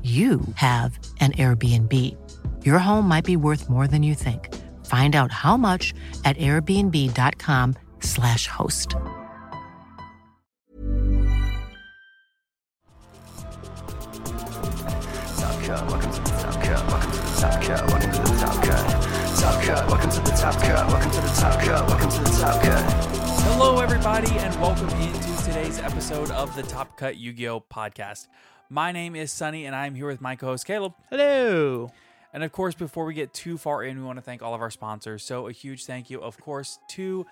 you have an Airbnb. Your home might be worth more than you think. Find out how much at airbnb.com/slash host. Top Cut, welcome to the Top Cut, welcome to the Top Cut, welcome to the Top Cut. Top Cut, welcome to the Top Cut, welcome to the Top Cut, welcome to the Top Cut. Hello, everybody, and welcome into today's episode of the Top Cut Yu Gi Oh! podcast. My name is Sunny, and I'm here with my co host Caleb. Hello. And of course, before we get too far in, we want to thank all of our sponsors. So, a huge thank you, of course, to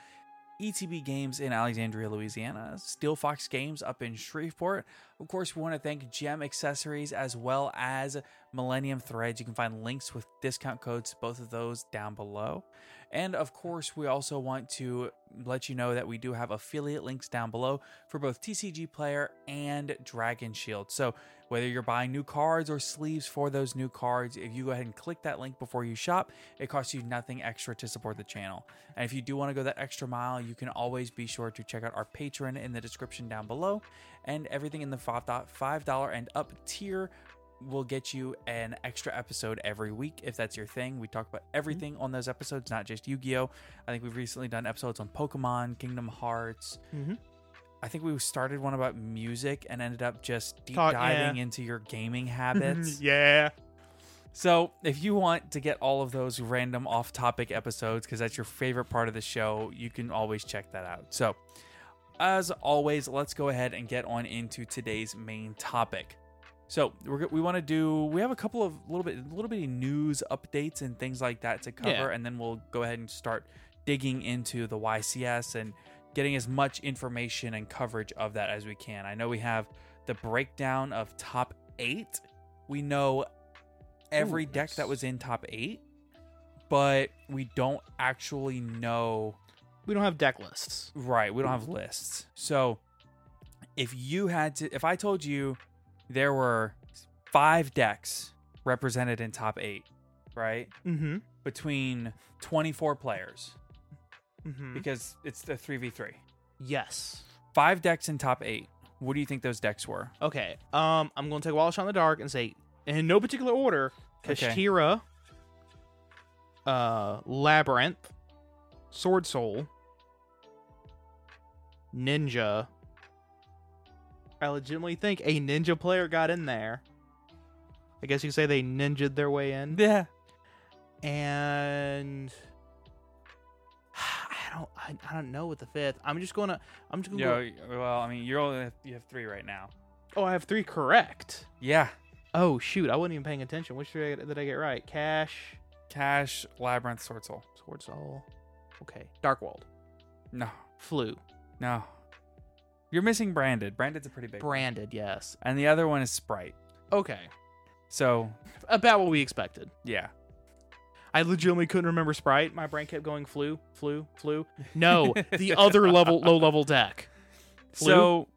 ETB E Games in Alexandria, Louisiana, Steel Fox Games up in Shreveport. Of course, we want to thank Gem Accessories as well as Millennium Threads. You can find links with discount codes to both of those down below. And of course, we also want to let you know that we do have affiliate links down below for both TCG Player and Dragon Shield. So, whether you're buying new cards or sleeves for those new cards, if you go ahead and click that link before you shop, it costs you nothing extra to support the channel. And if you do want to go that extra mile, you can always be sure to check out our Patreon in the description down below. And everything in the $5 and up tier will get you an extra episode every week if that's your thing. We talk about Mm-hmm. everything on those episodes, not just Yu Gi Oh! I think we've recently done episodes on Pokemon, Kingdom Hearts. Mm-hmm. I think we started one about music and ended up just deep Talk- diving yeah. into your gaming habits. Mm-hmm. yeah. So, if you want to get all of those random off topic episodes, because that's your favorite part of the show, you can always check that out. So, as always, let's go ahead and get on into today's main topic. So, we're, go- we want to do, we have a couple of little bit, little bitty news updates and things like that to cover, Yeah. and then we'll go ahead and start digging into the YCS and getting as much information and coverage of that as we can. I know we have the breakdown of top eight. We know every Ooh, deck that nice. was in top eight, but we don't actually know. We don't have deck lists. Right, we don't Mm-hmm. have lists. So if you had to, if I told you there were five decks represented in top eight, right, Mm-hmm. between 24 players, Mm-hmm. because it's the 3v3, Yes. five decks in top eight, what do you think those decks were? Okay. Um, I'm gonna take Wallish on the Dark and say, in no particular order, Okay. Kashtira, uh, Labyrinth, Sword Soul, Ninja. I legitimately think a ninja player got in there. I guess you could say they ninjaed their way in. Yeah. and I don't I, I don't know what the fifth. I'm just gonna I'm just gonna Yeah, well, I mean, you're only, you have three right now. go, oh I have three correct. Yeah. Oh shoot, I wasn't even paying attention. Which three I- did I get right? Cash, Cash, Labyrinth, Sword Soul. Sword Soul. Okay, Darkwold, No, Flu, no. You're missing Branded. Branded's a pretty big. one. Branded. Yes. and the other one is Sprite. Okay, So, about what we expected. yeah. I legitimately couldn't remember Sprite. My brain kept going Flu, Flu, Flu. No, the other level, low level deck. Flu? So,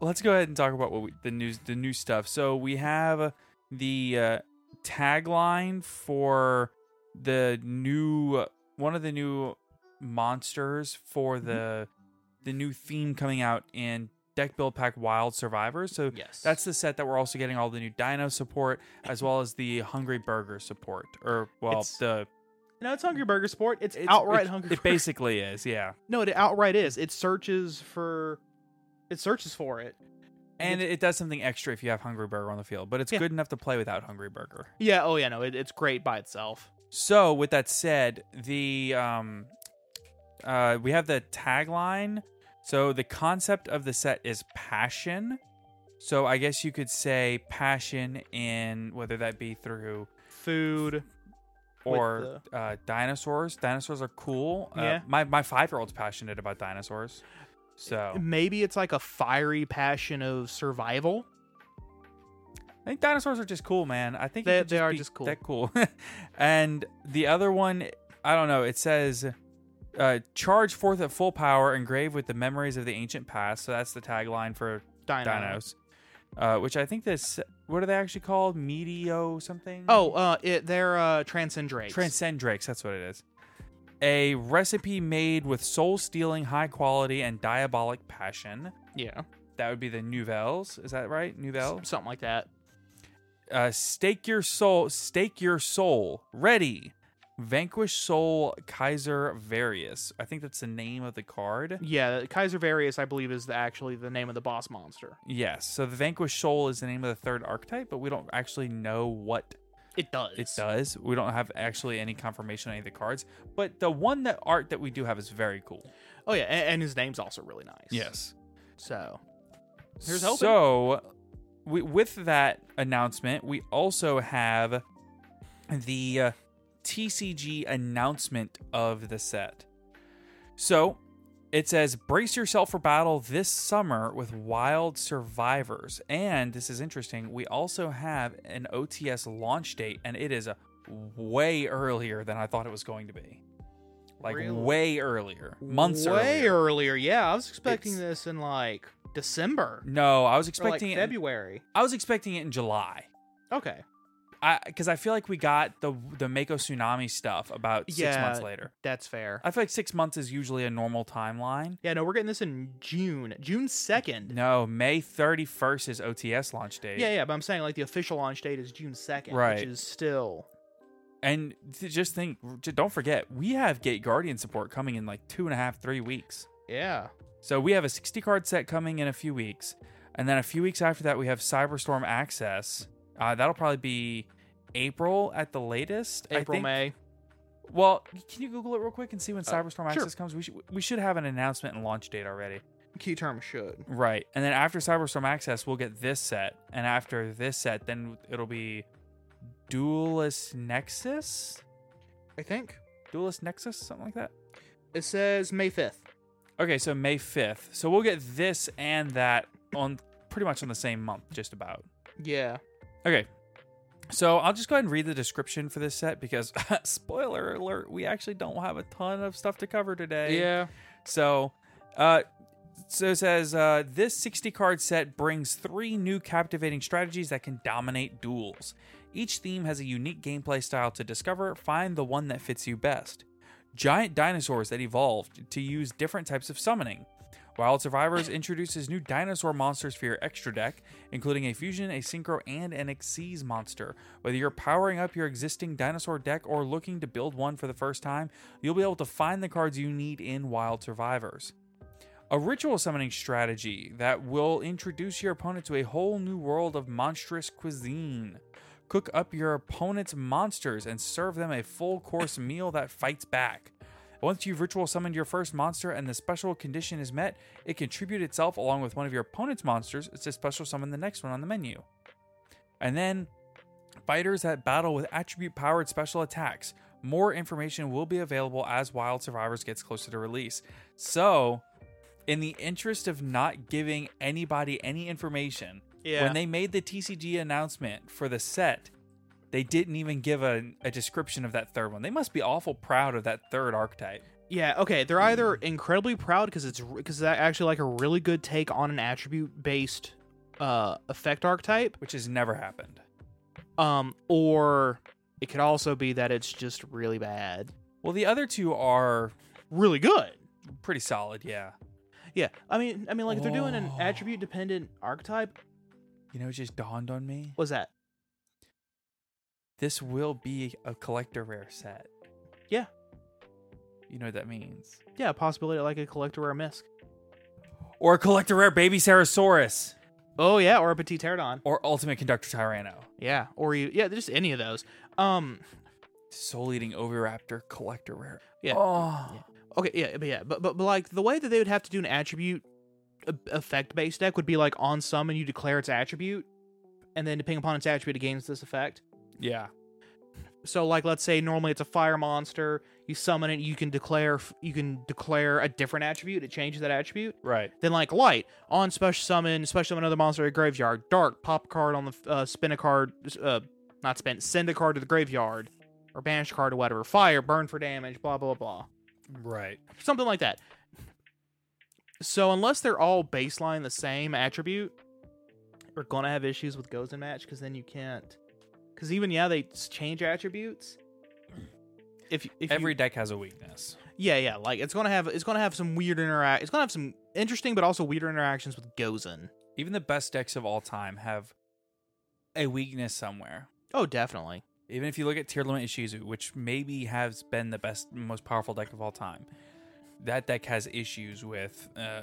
let's go ahead and talk about what we, the news, the new stuff. So we have the uh, tagline for the new one of the new monsters for Mm-hmm. the the new theme coming out in deck build pack wild survivors so Yes. that's the set that we're also getting all the new dino support as well as the hungry burger support or well It's- the No, it's Hungry Burger Sport. It's, it's- outright it, Hungry. it Burger- basically is yeah no, it outright is. It searches for, it searches for it. and it, it does something extra if you have hungry burger on the field but it's Yeah. good enough to play without hungry burger Yeah. Oh yeah. No, it, it's great by itself. So, with that said, the um, uh, we have the tagline. So the concept of the set is passion. So I guess you could say passion in whether that be through Food. With or uh, dinosaurs. Dinosaurs are cool. Uh, Yeah. My my five year old's passionate about dinosaurs. So Maybe it's like a fiery passion of survival. I think dinosaurs are just cool, man. I think you They- could they are be just cool. That cool. and the other one, I don't know. It says, uh, "Charge forth at full power, engrave with the memories of the ancient past." So that's the tagline for Dino. dinos. Uh, which I think this. What are they actually called? Meteo something. Oh, uh, it, they're uh, transcend drakes. transcend drakes. That's what it is. A recipe made with soul-stealing, high quality, and diabolic passion. yeah, That would be the nouvelles. Is that right? Nouvelle. something like that. uh, stake your soul, stake your soul, ready, vanquish soul, Kaiser Various. I think that's the name of the card. Yeah, Kaiser Varius, I believe, is the, actually the name of the boss monster. Yes, so the vanquish soul is the name of the third archetype, but we don't actually know what It does. it does. We don't have actually any confirmation on any of the cards, but the one that art that we do have is very cool. Oh yeah, and, and his name's also really nice. So Here's hoping. So, we, with that announcement, we also have the uh, TCG announcement of the set. So, it says, brace yourself for battle this summer with wild survivors. And this is interesting. We also have an OTS launch date, and it is uh, way earlier than I thought it was going to be. Like, Really? way earlier. Months way earlier. earlier. Yeah, I was expecting It's- this in like December, No, I was or, like, expecting it. in- February. I was expecting it in July. Okay. I because I feel like we got the the Mako tsunami stuff about six Yeah. months later. That's fair. I feel like six months is usually a normal timeline. yeah, no, we're getting this in June, June second. No, May thirty first is OTS launch date. Yeah, yeah, but I'm saying like the official launch date is June second, Right. which is still And th- just think, j- don't forget, we have Gate Guardian support coming in like two and a half, three weeks. yeah. So we have a sixty card set coming in a few weeks, and then a few weeks after that, we have Cyberstorm Access. Uh, that'll probably be April at the latest. I April, think. May. Well, can you Google it real quick and see when Cyberstorm sure. Access comes? We should we should have an announcement and launch date already. Key term should. Right. And then after Cyberstorm Access, we'll get this set. And after this set, then it'll be Duelist Nexus? I think Duelist Nexus? Something like that. it says May fifth. Okay, so May 5th. So we'll get this and that on pretty much on the same month, just about. Yeah. Okay. So I'll just go ahead and read the description for this set because, spoiler alert, we actually don't have a ton of stuff to cover today. So, uh, so it says uh, this 60 card set brings three new captivating strategies that can dominate duels. Each theme has a unique gameplay style to discover. Find the one that fits you best. Giant dinosaurs that evolved to use different types of summoning. Wild Survivors introduces new dinosaur monsters for your extra deck, including a fusion, a synchro, and an Xyz monster. Whether you're powering up your existing dinosaur deck or looking to build one for the first time, you'll be able to find the cards you need in Wild Survivors. A ritual summoning strategy that will introduce your opponent to a whole new world of monstrous cuisine. Cook up your opponent's monsters and serve them a full course meal that fights back. Once you've ritual summoned your first monster and the special condition is met, it can tribute itself along with one of your opponent's monsters to special summon the next one on the menu. And then fighters that battle with attribute powered special attacks. More information will be available as Wild Survivors gets closer to release. So, in the interest of not giving anybody any information, Yeah. when they made the TCG announcement for the set, they didn't even give a, a description of that third one. They must be awful proud of that third archetype. Yeah, okay. They're either incredibly proud because it's because that actually like a really good take on an attribute based uh effect archetype, which has never happened. Um, or it could also be that it's just really bad, Well, the other two are really good. pretty solid. Yeah. Yeah, I mean, I mean, like if they're doing an Oh. attribute dependent archetype, You know, it just dawned on me. what's that? This will be a collector rare set. Yeah, You know what that means. yeah, a possibility like a collector or a misc. Or a collector rare baby Sarosaurus. Oh yeah, or a petit pterodon. Or ultimate conductor Tyranno. Yeah, or you, yeah, just any of those. Um, Soul eating Oviraptor collector rare. Yeah. Oh. okay, yeah, but yeah, but but, but like the way that they would have to do an attribute uh, effect based deck would be like on summon you declare its attribute, and then depending upon its attribute, it gains this effect. Yeah. So like let's say normally it's a fire monster, you summon it, you can declare you can declare a different attribute, it changes that attribute. Right. Then like light on special summon, special summon another monster at graveyard. Dark pop a card on the f- uh, spin a card, uh, not spin, send a card to the graveyard, or banish a card or whatever. Fire burn for damage. Blah blah blah, Right. something like that. So unless they're all baseline the same attribute, we're gonna have issues with goes and match because then you can't. Because even yeah, they s- change attributes. If you- if you- Every deck has a weakness. yeah, yeah, like it's gonna have it's gonna have some weird interact. It's gonna have some interesting but also weird interactions with Gozen. Even the best decks of all time have a weakness somewhere. Oh, definitely. Even if you look at Tier Limit Ishizu, which maybe has been the best, most powerful deck of all time, that deck has issues with uh,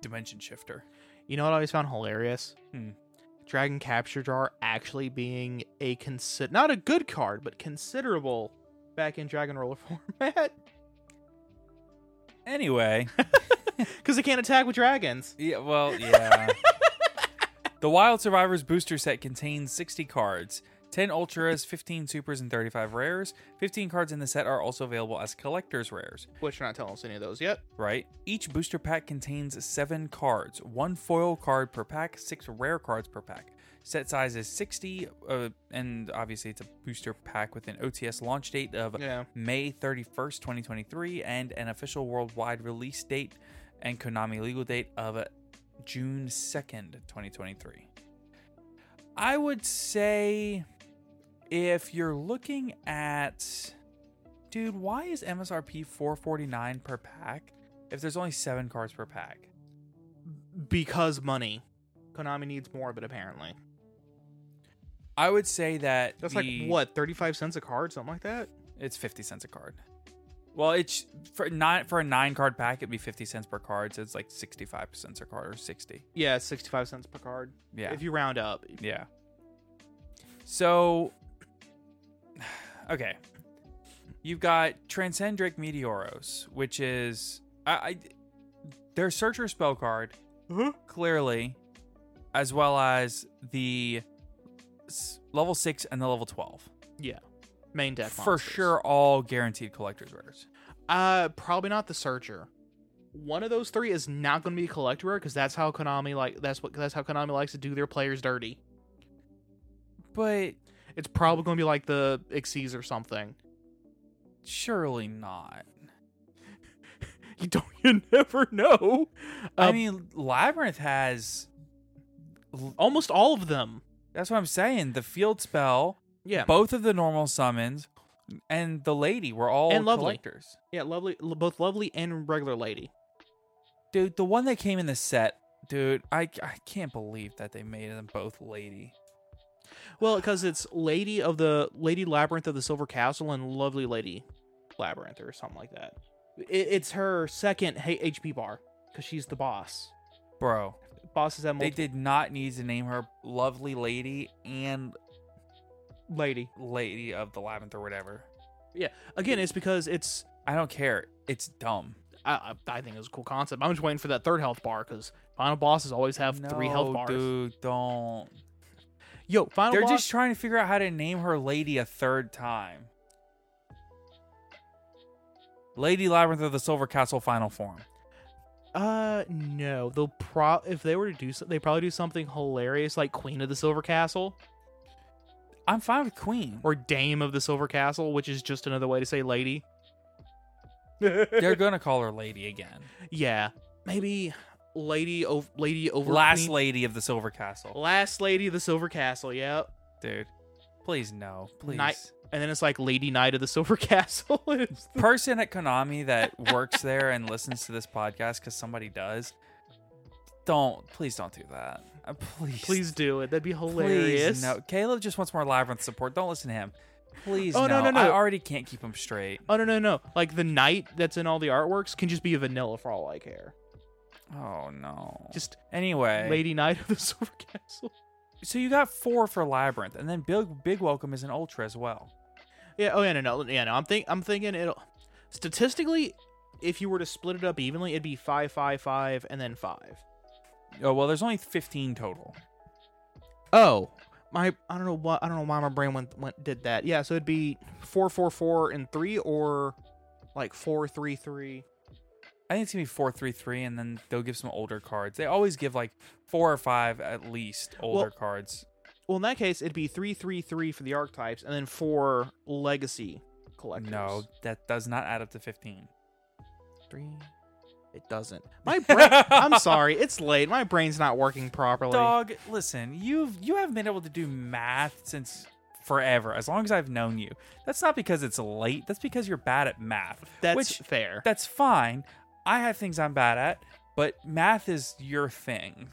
Dimension Shifter. You know what I always found hilarious? Hmm. Dragon Capture Jar actually being a consi- not a good card, but considerable back in Dragon Roller format Anyway, because it can't attack with dragons. yeah, well, yeah. the Wild Survivors booster set contains 60 cards. 10 ultras, 15 supers, and 35 rares. 15 cards in the set are also available as collector's rares. Which you're not telling us any of those yet. right? Each booster pack contains seven cards, one foil card per pack, six rare cards per pack. Set size is 60, uh, and obviously it's a booster pack with an OTS launch date of Yeah. May 31st, 2023, and an official worldwide release date and Konami legal date of uh, June 2nd, 2023. I would say if you're looking at dude, why is MSRP 449 per pack if there's only 7 cards per pack? Because money. Konami needs more of it apparently. I would say that That's the- like what, thirty five cents a card, something like that? It's 50 cents a card. Well, it's for nine for a 9 card pack it'd be 50 cents per card, so it's like 65 cents a card or 60. Yeah, sixty five cents per card. Yeah. If you round up. Yeah. So, okay, you've got Transcendric Meteoros, which is I, I their searcher spell card, Uh-huh. clearly, as well as the s- level six and the level twelve. Yeah. Main deck For monsters. sure, all guaranteed collectors rares. Uh, probably not the Searcher. One of those three is not going to be a collector because that's how Konami like that's what that's how Konami likes to do their players dirty. But It's probably going to be like the Xyz or something. surely not. You don't, you never know. I Um, mean, Labyrinth has. almost all of them. That's what I'm saying. The field spell. Yeah, both of the normal summons and the lady were all And Lovely. collectors. yeah, lovely, l- both lovely and regular lady. Dude, the one that came in the set, dude, I, I can't believe that they made them both lady. Well, because it's lady of the lady labyrinth of the silver castle and lovely lady labyrinth or something like that. It, it's her second H- HP bar because she's the boss. Bro, Bosses have they multiple did not need to name her lovely lady and lady. lady of the labyrinth or whatever. Yeah. Again, it's because it's. I don't care. It's dumb. I, I I think it's a cool concept. I'm just waiting for that third health bar because final bosses always have three health No, bars. Dude, don't. Yo, final They're boss. just trying to figure out how to name her lady a third time. Lady Labyrinth of the Silver Castle final form. uh, no. They'll pro if they were to do so, they probably do something hilarious like Queen of the Silver Castle I'm fine with Queen. or Dame of the Silver Castle, which is just another way to say lady. They're gonna call her Lady again. Yeah, maybe lady of lady over Last Queen- Lady of the Silver Castle, last lady of the Silver Castle. Yeah, dude. Please no. Please. Night, and then it's like Lady Knight of the Silver Castle. is the- Person at Konami that works there and listens to this podcast because somebody does. Don't please don't do that. Uh, Please, Please do it. That'd be please hilarious. no. Caleb just wants more labyrinth support. Don't listen to him. Please. Oh, no, no, I no. already can't keep him straight. Oh no no no! Like the knight that's in all the artworks can just be a vanilla for all I care. Oh no. Just anyway. Lady Knight of the Silver Castle. So you got four for labyrinth, and then big big welcome is an ultra as well. Yeah. Oh yeah. No. No. Yeah. No. I'm think. I'm thinking it'll. Statistically, if you were to split it up evenly, it'd be five, five, five, and then five. Oh well, there's only 15 total. Oh, my. I don't know why. I don't know why my brain went, went did that. Yeah. So it'd be four, four, four, and three, or like four, three, three. I think it's gonna be four three three, and then they'll give some older cards. They always give like four or five at least older Well- cards. Well, in that case, it'd be three, three, three for the archetypes, and then four legacy collectors. No, that does not add up to 15. three. It doesn't. My brain. I'm sorry. It's late. My brain's not working properly. Dog, listen, you've you haven't been able to do math since forever. As long as I've known you, that's not because it's late. That's because you're bad at math. That's which, fair. That's fine. I have things I'm bad at, but math is your thing.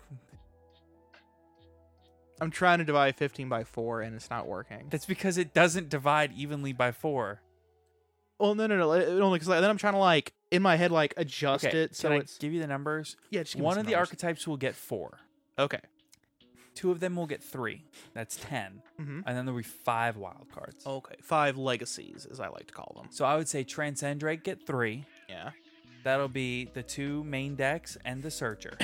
I'm trying to divide 15 by four, and it's not working. That's because it doesn't divide evenly by four. Well, no, no, no. It it only because then I'm trying to like in my head like adjust Okay, it so can I it's give you the numbers? Yeah, just give me one some of the numbers. archetypes will get four. okay. Two of them will get three. That's 10 Mhm. and then there'll be five wild cards. Okay, five legacies, as I like to call them. So I would say Transcend Drake get three. Yeah. That'll be the two main decks and the Searcher.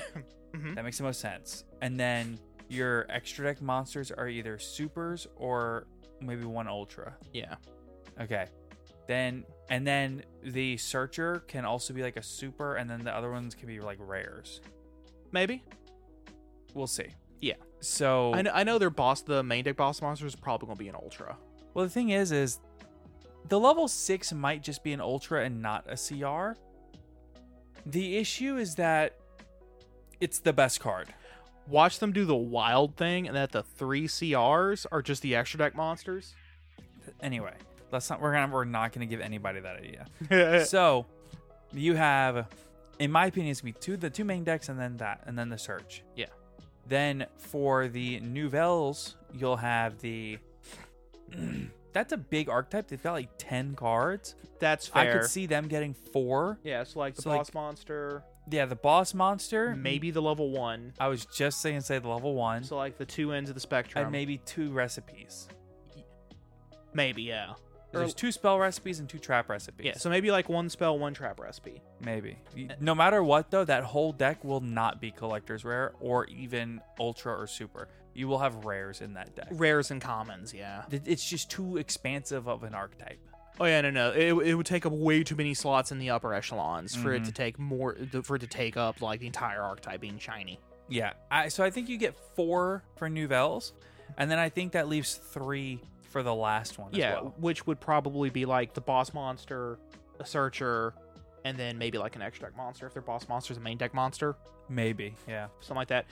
Mm-hmm. That makes the most sense. And then your extra deck monsters are either supers or maybe one ultra. Yeah. Okay. Then and then the Searcher can also be like a super, and then the other ones can be like rares. Maybe. We'll see. Yeah. So I know. I know their boss, the main deck boss monster, is probably gonna be an ultra. Well, the thing is, is the level six might just be an ultra and not a CR. The issue is that it's the best card. Watch them do the wild thing, and that the three CRs are just the extra deck monsters. Anyway, let's not. We're gonna. We're not gonna give anybody that Eh. idea. so you have, in my opinion, it's gonna be two the two main decks and then that and then the search. yeah. Then for the nouvelles, you'll have the. that's a big archetype. They've got like ten cards. That's I fair. could see them getting four. Yeah, so like the So, like- boss monster, Yeah, the boss monster. maybe the level one. I was just saying, say the level one So like the two ends of the spectrum. and maybe two recipes. maybe yeah. Or- There's two spell recipes and two trap recipes. yeah, Uh, so maybe like one spell, one trap recipe. maybe. No matter what, though, that whole deck will not be collector's rare or even ultra or super. You will have rares in that deck. Rares and commons, yeah. Th- It's just too expansive of an archetype. Oh yeah, no, no. It, it would take up way too many slots in the upper echelons for it to take more for it to take up like the entire archetype being shiny. Yeah. I, so I think you get four for nouvelles, and then I think that leaves three for the last one. as yeah, well. which would probably be like the boss monster, a searcher, and then maybe like an extra deck monster if their boss monster is a main deck monster, Maybe. Yeah. something like that.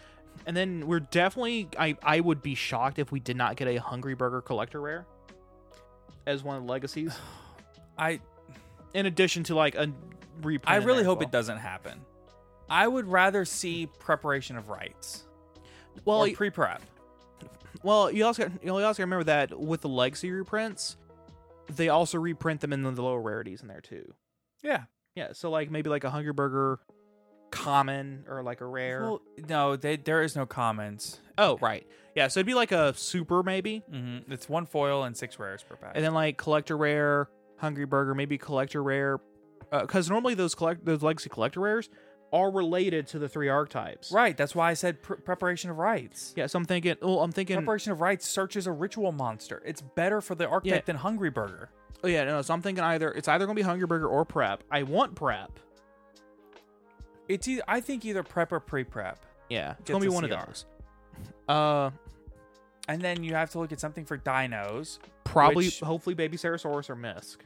And then we're definitely I I would be shocked if we did not get a Hungry Burger collector rare as one of the legacies I in addition to like a reprint. I in there really as hope well. it doesn't happen. I would rather see preparation of rights Well, or y- pre prep. Well, you also got, you also got to remember that with the legacy reprints, they also reprint them in the lower rarities in there too. Yeah. Yeah, so like maybe like a Hungry Burger common or like a rare. Well, no, they, there is no comments. oh, right. Yeah, so it'd be like a super maybe, hmm It's one foil and six rares per pack. and then like collector rare, Hungry Burger, maybe collector rare, because normally those collect those legacy collector rares are related to the three archetypes. right. That's why I said pr- preparation of rights. Yeah, so I'm thinking. Well, I'm thinking. Preparation of rights searches a ritual monster. It's better for the archetype Yeah. than Hungry Burger. Oh yeah, no. So I'm thinking either it's either gonna be Hungry Burger or Prep. I want Prep. It's either, I think either prep or pre prep, Yeah, it's Gets gonna be a one CR. of those. Uh, and then you have to look at something for dinos. probably, which- hopefully, Baby Sarasaurus or Misk.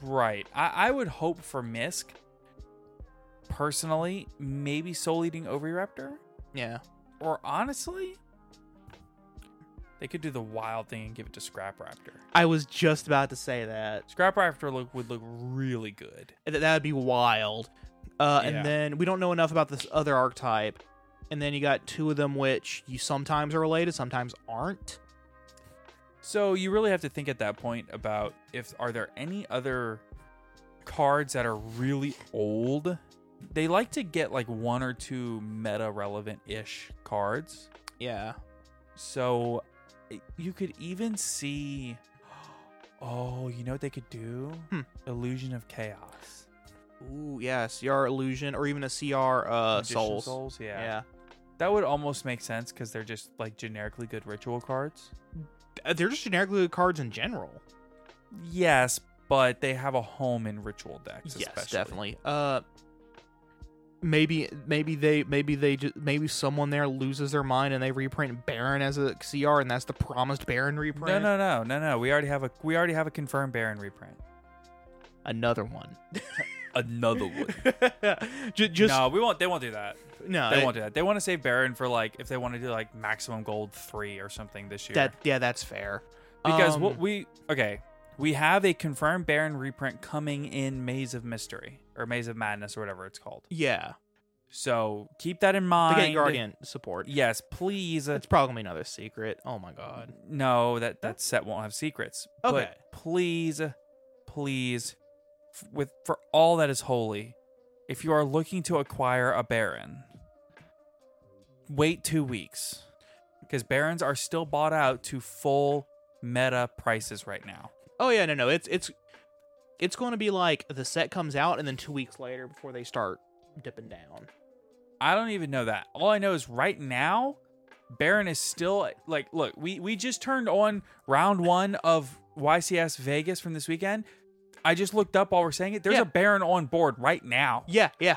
Right. I, I would hope for Misk. Personally, maybe Soul Eating Oviraptor. Yeah, or honestly, They could do the wild thing and give it to Scrap Raptor. I was just about to say that. Scrap Raptor look, would look really good. Th- That would be wild. Uh, Yeah. And then we don't know enough about this other archetype. And then you got two of them which you sometimes are related, sometimes aren't. So you really have to think at that point about if are there any other cards that are really old? They like to get like one or two meta relevant ish cards. Yeah. So you could even see Oh, you know what they could do? Hmm. Illusion of Chaos. Ooh, yeah, CR illusion or even a CR uh Magician souls. Souls, yeah. yeah. That would almost make sense because they're just like generically good ritual cards. Uh, They're just generically good cards in general. Yes, but they have a home in ritual decks. yes, especially. definitely. Uh maybe maybe they maybe they just maybe someone there loses their mind and they reprint Baron as a CR and that's the promised Baron reprint. No, no, no, no, no. We already have a we already have a confirmed Baron reprint. Another one. Another one. Ju- just no, we won't. They won't do that. no, They it- won't do that. They want to save Baron for like if they want to do like maximum gold three or something this year. that yeah, that's fair. because Um, what we okay, we have a confirmed Baron reprint coming in Maze of Mystery or Maze of Madness or whatever it's called. yeah, So keep that in the mind. Gate Guardian support. Yes, please. uh, It's probably gonna be another secret. Oh my god. No, that that set won't have secrets. Okay. But please, please, f- with for all that is holy, if you are looking to acquire a baron, wait two weeks because barons are still bought out to full meta prices right now. Oh yeah, no, no. It's it's it's going to be like the set comes out, and then two weeks later, before they start dipping down. I don't even know that. All I know is right now, Baron is still like, look, we we just turned on round one of YCS Vegas from this weekend. I just looked up while we're saying it. There's Yeah. a Baron on board right now. Yeah, yeah.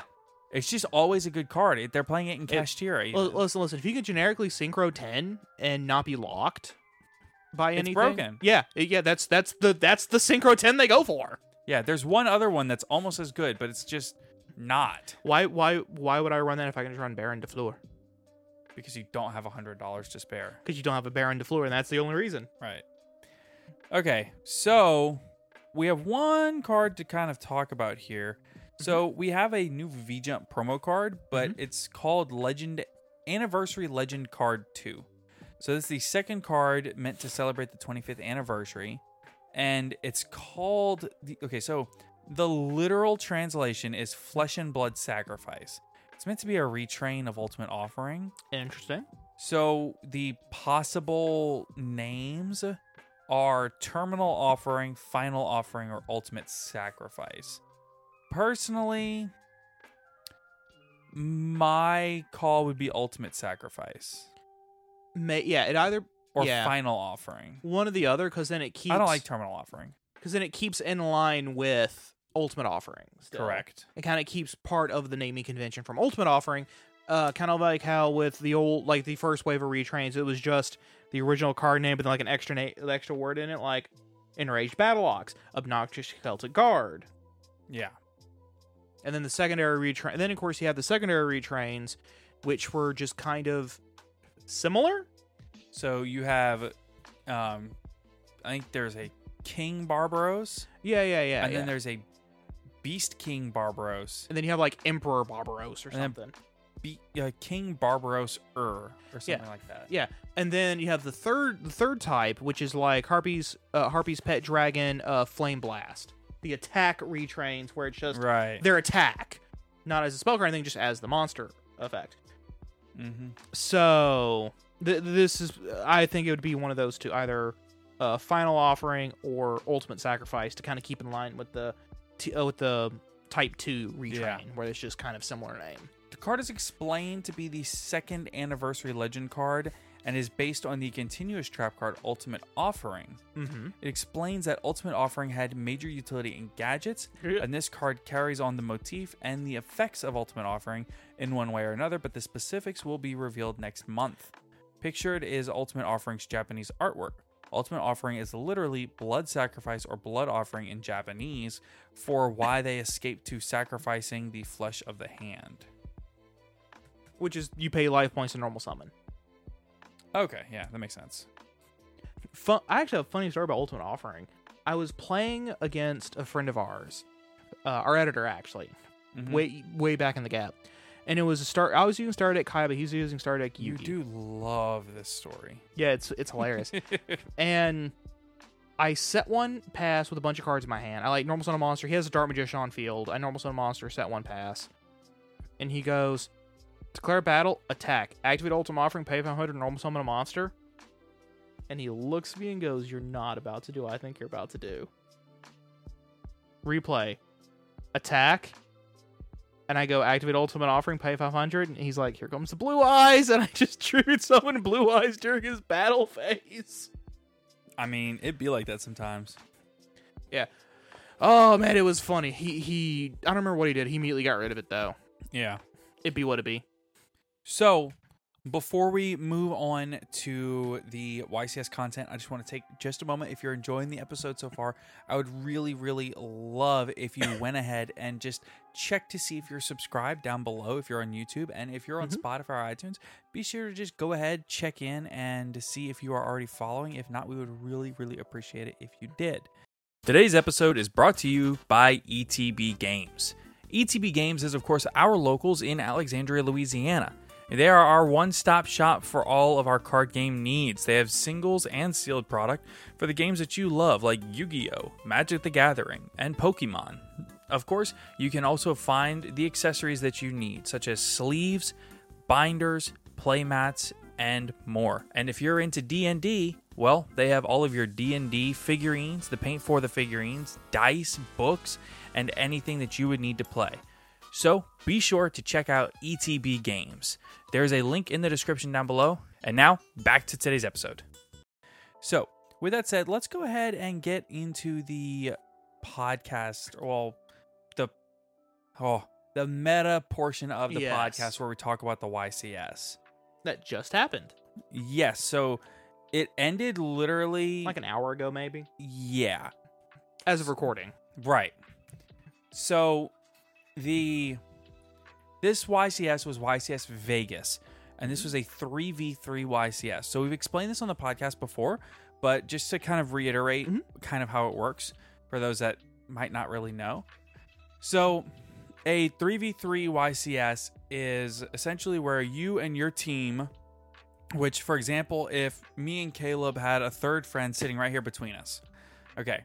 It's just always a good card. It- They're playing it in Kashtira. L- even. listen, listen. If you could generically synchro ten and not be locked by It's anything, broken. Yeah, it- yeah. That's that's the that's the synchro ten they go for. yeah, there's one other one that's almost as good, but it's just not Why why why would I run that if I can just run Baron Defleur? because you don't have a hundred dollars to spare. Because you don't have a Baron Defleur, and that's the only reason. Right. Okay, so we have one card to kind of talk about here. So we have a new V Jump promo card, but it's called Legend Anniversary Legend Card 2. So this is the second card meant to celebrate the 25th anniversary. And it's called the okay, so the literal translation is flesh and blood sacrifice. It's meant to be a retrain of Ultimate Offering. Interesting. So the possible names are terminal offering, final offering, or ultimate sacrifice. Personally, my call would be ultimate sacrifice May, yeah, it either or yeah, final offering. one or the other. Because then it keeps I don't like terminal offering. because then it keeps in line with ultimate offerings. Correct. It kind of keeps part of the naming convention from ultimate offering. Uh, kind of like how with the old like the first wave of retrains, it was just the original card name, but then like an extra name, an extra word in it, like enraged battle ox, obnoxious Celtic guard, Yeah. and then the secondary retrain. Then of course you have the secondary retrains, which were just kind of similar. So you have, um, I think there's a King Barbaros, Yeah, yeah, yeah. and yeah. then there's a Beast King Barbaros, and then you have like Emperor Barbaros or And then- something. Be- uh, King Barbaros Ur or something Yeah. like that. Yeah, and then you have the third the third type, which is like Harpy's uh, Harpy's pet dragon, uh, Flame Blast. The attack retrains where it's just Right. their attack, not as a spell or anything, just as the monster effect. Mm-hmm. So th- this is, I think it would be one of those two, either uh, final offering or ultimate sacrifice, to kind of keep in line with the t- uh, with the type two retrain, Yeah. where it's just kind of similar name. The card is explained to be the second anniversary legend card and is based on the continuous trap card Ultimate Offering. Mm-hmm. It explains that Ultimate Offering had major utility in gadgets, Yeah. and this card carries on the motif and the effects of Ultimate Offering in one way or another, but the specifics will be revealed next month. Pictured is Ultimate Offering's Japanese artwork. Ultimate Offering is literally blood sacrifice or blood offering in Japanese for why they escape to sacrificing the flesh of the hand. Which is you pay life points to normal summon. Okay, yeah, that makes sense. fun. I actually have a funny story about Ultimate Offering. I was playing against a friend of ours, uh, our editor actually, Mhm. way way back in the gap, and it was a start. I was using Star Deck Kai, but he's using Star Deck You Yugi. do love this story. Yeah, it's it's hilarious. and I set one pass with a bunch of cards in my hand. I like normal summon a monster. He has a Dark Magician on field. I normal summon a monster, set one pass. And he goes, declare battle, attack, activate ultimate offering, pay 500, normal summon a monster. And he looks at me and goes, you're not about to do what I think you're about to do. Replay, attack. And I go, activate ultimate offering, pay 500. And he's like, here comes the blue eyes. And I just triggered someone in blue eyes during his battle phase. I mean, it'd be like that sometimes. Yeah. Oh man, it was funny. He he I don't remember what he did. He immediately got rid of it though. Yeah. It be what it be. So, before we move on to the YCS content, I just want to take just a moment. If you're enjoying the episode so far, I would really, really love if you went ahead and just check to see if you're subscribed down below, if you're on YouTube, and if you're on Spotify or iTunes, be sure to just go ahead, check in, and to see if you are already following. If not, we would really, really appreciate it if you did. Today's episode is brought to you by ETB Games. ETB Games is, of course, our locals in Alexandria, Louisiana. They are our one stop shop for all of our card game needs. They have singles and sealed product for the games that you love, like Yu Gi Oh!, Magic the Gathering, and Pokemon. Of course, you can also find the accessories that you need, such as sleeves, binders, playmats, and more. And if you're into D&D, well, they have all of your D&D figurines, the paint for the figurines, dice, books, and anything that you would need to play. So, be sure to check out ETB Games. There's a link in the description down below. And now, back to today's episode. So, with that said, let's go ahead and get into the podcast, well, the oh, the meta portion of the Yes. podcast where we talk about the YCS. That just happened. Yes, so it ended literally Like an hour ago maybe. yeah, As of recording. right. So the this YCS was YCS Vegas, and this was a 3v3 YCS. So we've explained this on the podcast before, but just to kind of reiterate kind of how it works for those that might not really know. So a 3v3 YCS is essentially where you and your team which for example, if me and Caleb had a third friend sitting right here between us. Okay.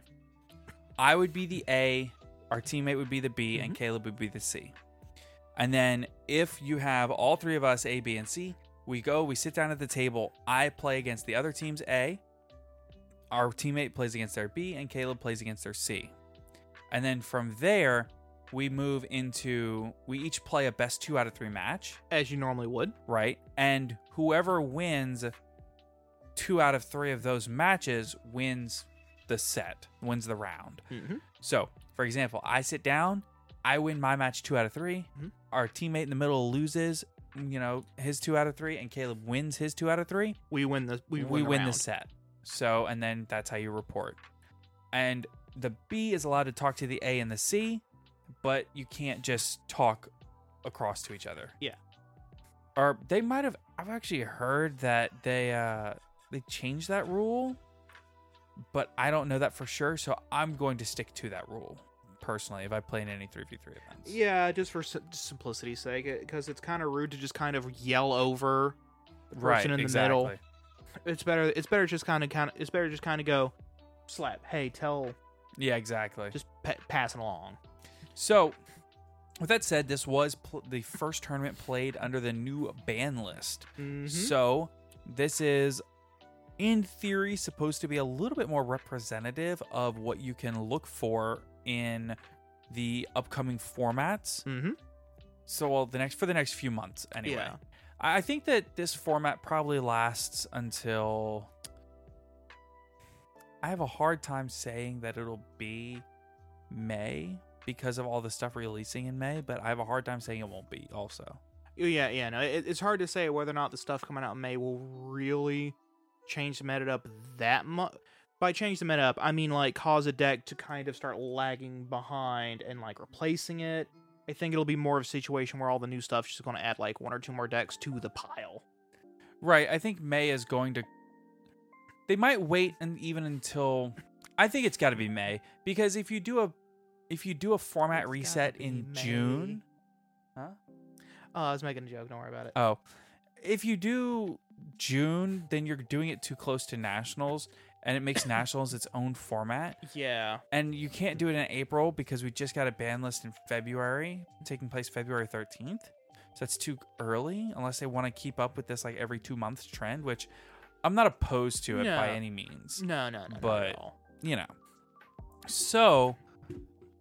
I would be the A, our teammate would be the B, and Caleb would be the C. And then if you have all three of us, A, B, and C, we go, we sit down at the table. I play against the other team's A, our teammate plays against their B, and Caleb plays against their C. And then from there, we move into we each play a best two out of three match As you normally would. right? And whoever wins two out of three of those matches wins the set, wins the round. Mhm. So, for example, I sit down, I win my match two out of 3 Our teammate in the middle loses, you know, his two out of three, and Caleb wins his two out of three We win the we we win, win, the the round. set. So, and then that's how you report. And the B is allowed to talk to the A and the C, but you can't just talk across to each other. Yeah. Or they might have I've actually heard that they uh they changed that rule, but I don't know that for sure, so I'm going to stick to that rule personally if I play in any 3v3 events. Yeah, just for sim- just simplicity's sake, because it's kind of rude to just kind of yell over the person in the middle. exactly. It's better. It's better just kind of kind of. It's better just kind of go slap. Hey, tell Yeah, exactly. just pa- passing along. So, with that said, this was pl- the first tournament played under the new ban list. Mhm. So, this is, in theory, supposed to be a little bit more representative of what you can look for in the upcoming formats. Mm-hmm. So, well, the next for the next few months, anyway. Yeah. I I think that this format probably lasts until. I have a hard time saying that it'll be May because of all the stuff releasing in May, but I have a hard time saying it won't be also. Yeah, yeah, no, it, it's hard to say whether or not the stuff coming out in May will really change the meta up that much. By change the meta up, I mean like cause a deck to kind of start lagging behind and like replacing it. I think it'll be more of a situation where all the new stuff's just going to add like one or two more decks to the pile. Right. I think May is going to They might wait and even until I think it's got to be May because if you do a if you do a format It's gotta reset be in May. June, huh? Oh, I was making a joke. Don't worry about it. Oh, if you do June, then you're doing it too close to nationals, and it makes nationals its own format. yeah. And you can't do it in April because we just got a ban list in February, taking place February 13th. So that's too early, unless they want to keep up with this like every two months trend, which I'm not opposed to it by No. any means No, no, no. But but you know so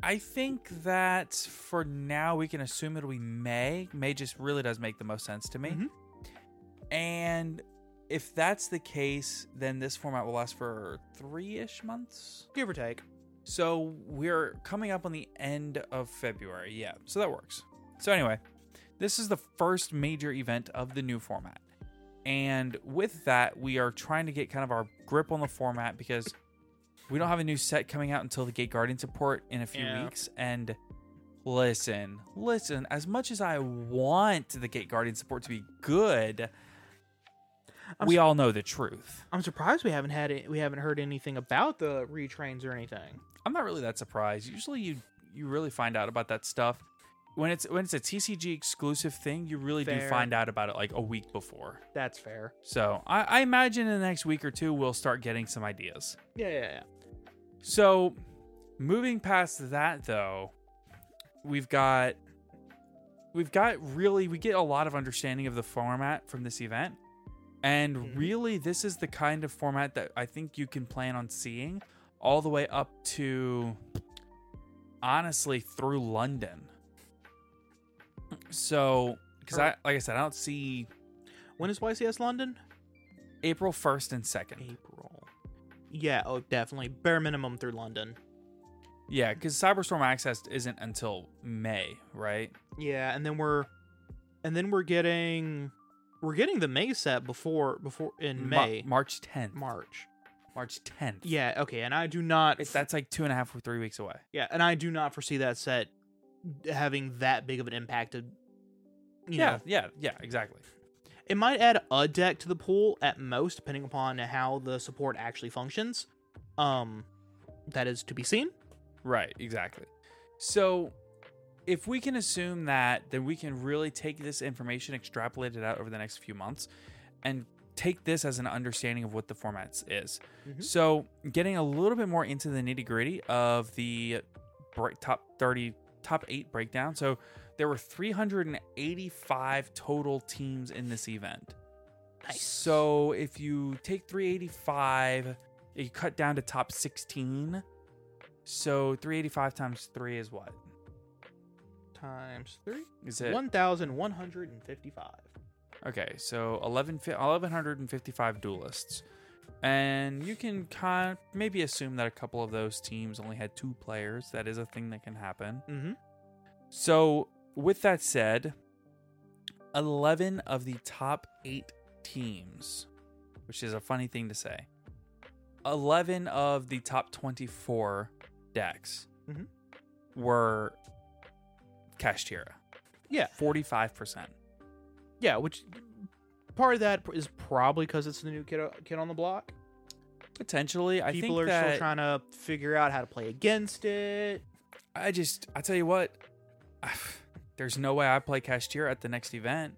i think that for now we can assume it'll be may may just really does make the most sense to me Mhm. and if that's the case then this format will last for three-ish months give or take. so we're coming up on the end of February. Yeah, so that works. So anyway, this is the first major event of the new format. And with that, we are trying to get kind of our grip on the format because we don't have a new set coming out until the Gate Guardian support in a few Yeah. weeks. And listen, listen, as much as I want the Gate Guardian support to be good, I'm we su- all know the truth. I'm surprised we haven't had it. We haven't heard anything about the retrains or anything. I'm not really that surprised. Usually you you really find out about that stuff when it's when it's a TCG exclusive thing, you really do Fair. find out about it like a week before. That's fair. So I, I imagine in the next week or two we'll start getting some ideas. Yeah, yeah, yeah. So moving past that though, we've got we've got really we get a lot of understanding of the format from this event. And Mhm. really this is the kind of format that I think you can plan on seeing all the way up to honestly through London. So cuz I like I said I don't see When is YCS London? April 1st and 2nd. April. Yeah. Oh, definitely. Bare minimum through London. Yeah, cuz Cyberstorm Access isn't until May, right? Yeah, and then we're, and then we're getting, we're getting the May set before before in Ma- May March 10th. March. March 10th. Yeah. Okay. And I do not. It's, that's like two and a half or three weeks away. Yeah, and I do not foresee that set having that big of an impact. Of, you yeah, know, yeah, yeah, exactly. it might add a deck to the pool at most, depending upon how the support actually functions. Um, that is to be seen. Right, exactly. So if we can assume that, then we can really take this information, extrapolate it out over the next few months, and take this as an understanding of what the formats is. Mhm. So getting a little bit more into the nitty gritty of the break, top 30, top eight breakdown. So there were 385 total teams in this event. So if you take 385, you cut down to top 16. So 385 times 3 is what? Times three, Is it? one thousand one hundred and fifty-five. Okay, so 11, fi- 1155 duelists. And you can kind maybe assume that a couple of those teams only had two players. That is a thing that can happen. Mm-hmm. So, with that said, 11 of the top eight teams, which is a funny thing to say, 11 of the top 24 decks Mhm. were Kashtira, Yeah, 45%. yeah. Which part of that is probably because it's the new kid uh, kid on the block. Potentially, I People think are that still trying to figure out how to play against it. I just, I tell you what, there's no way I play Kashtira at the next event.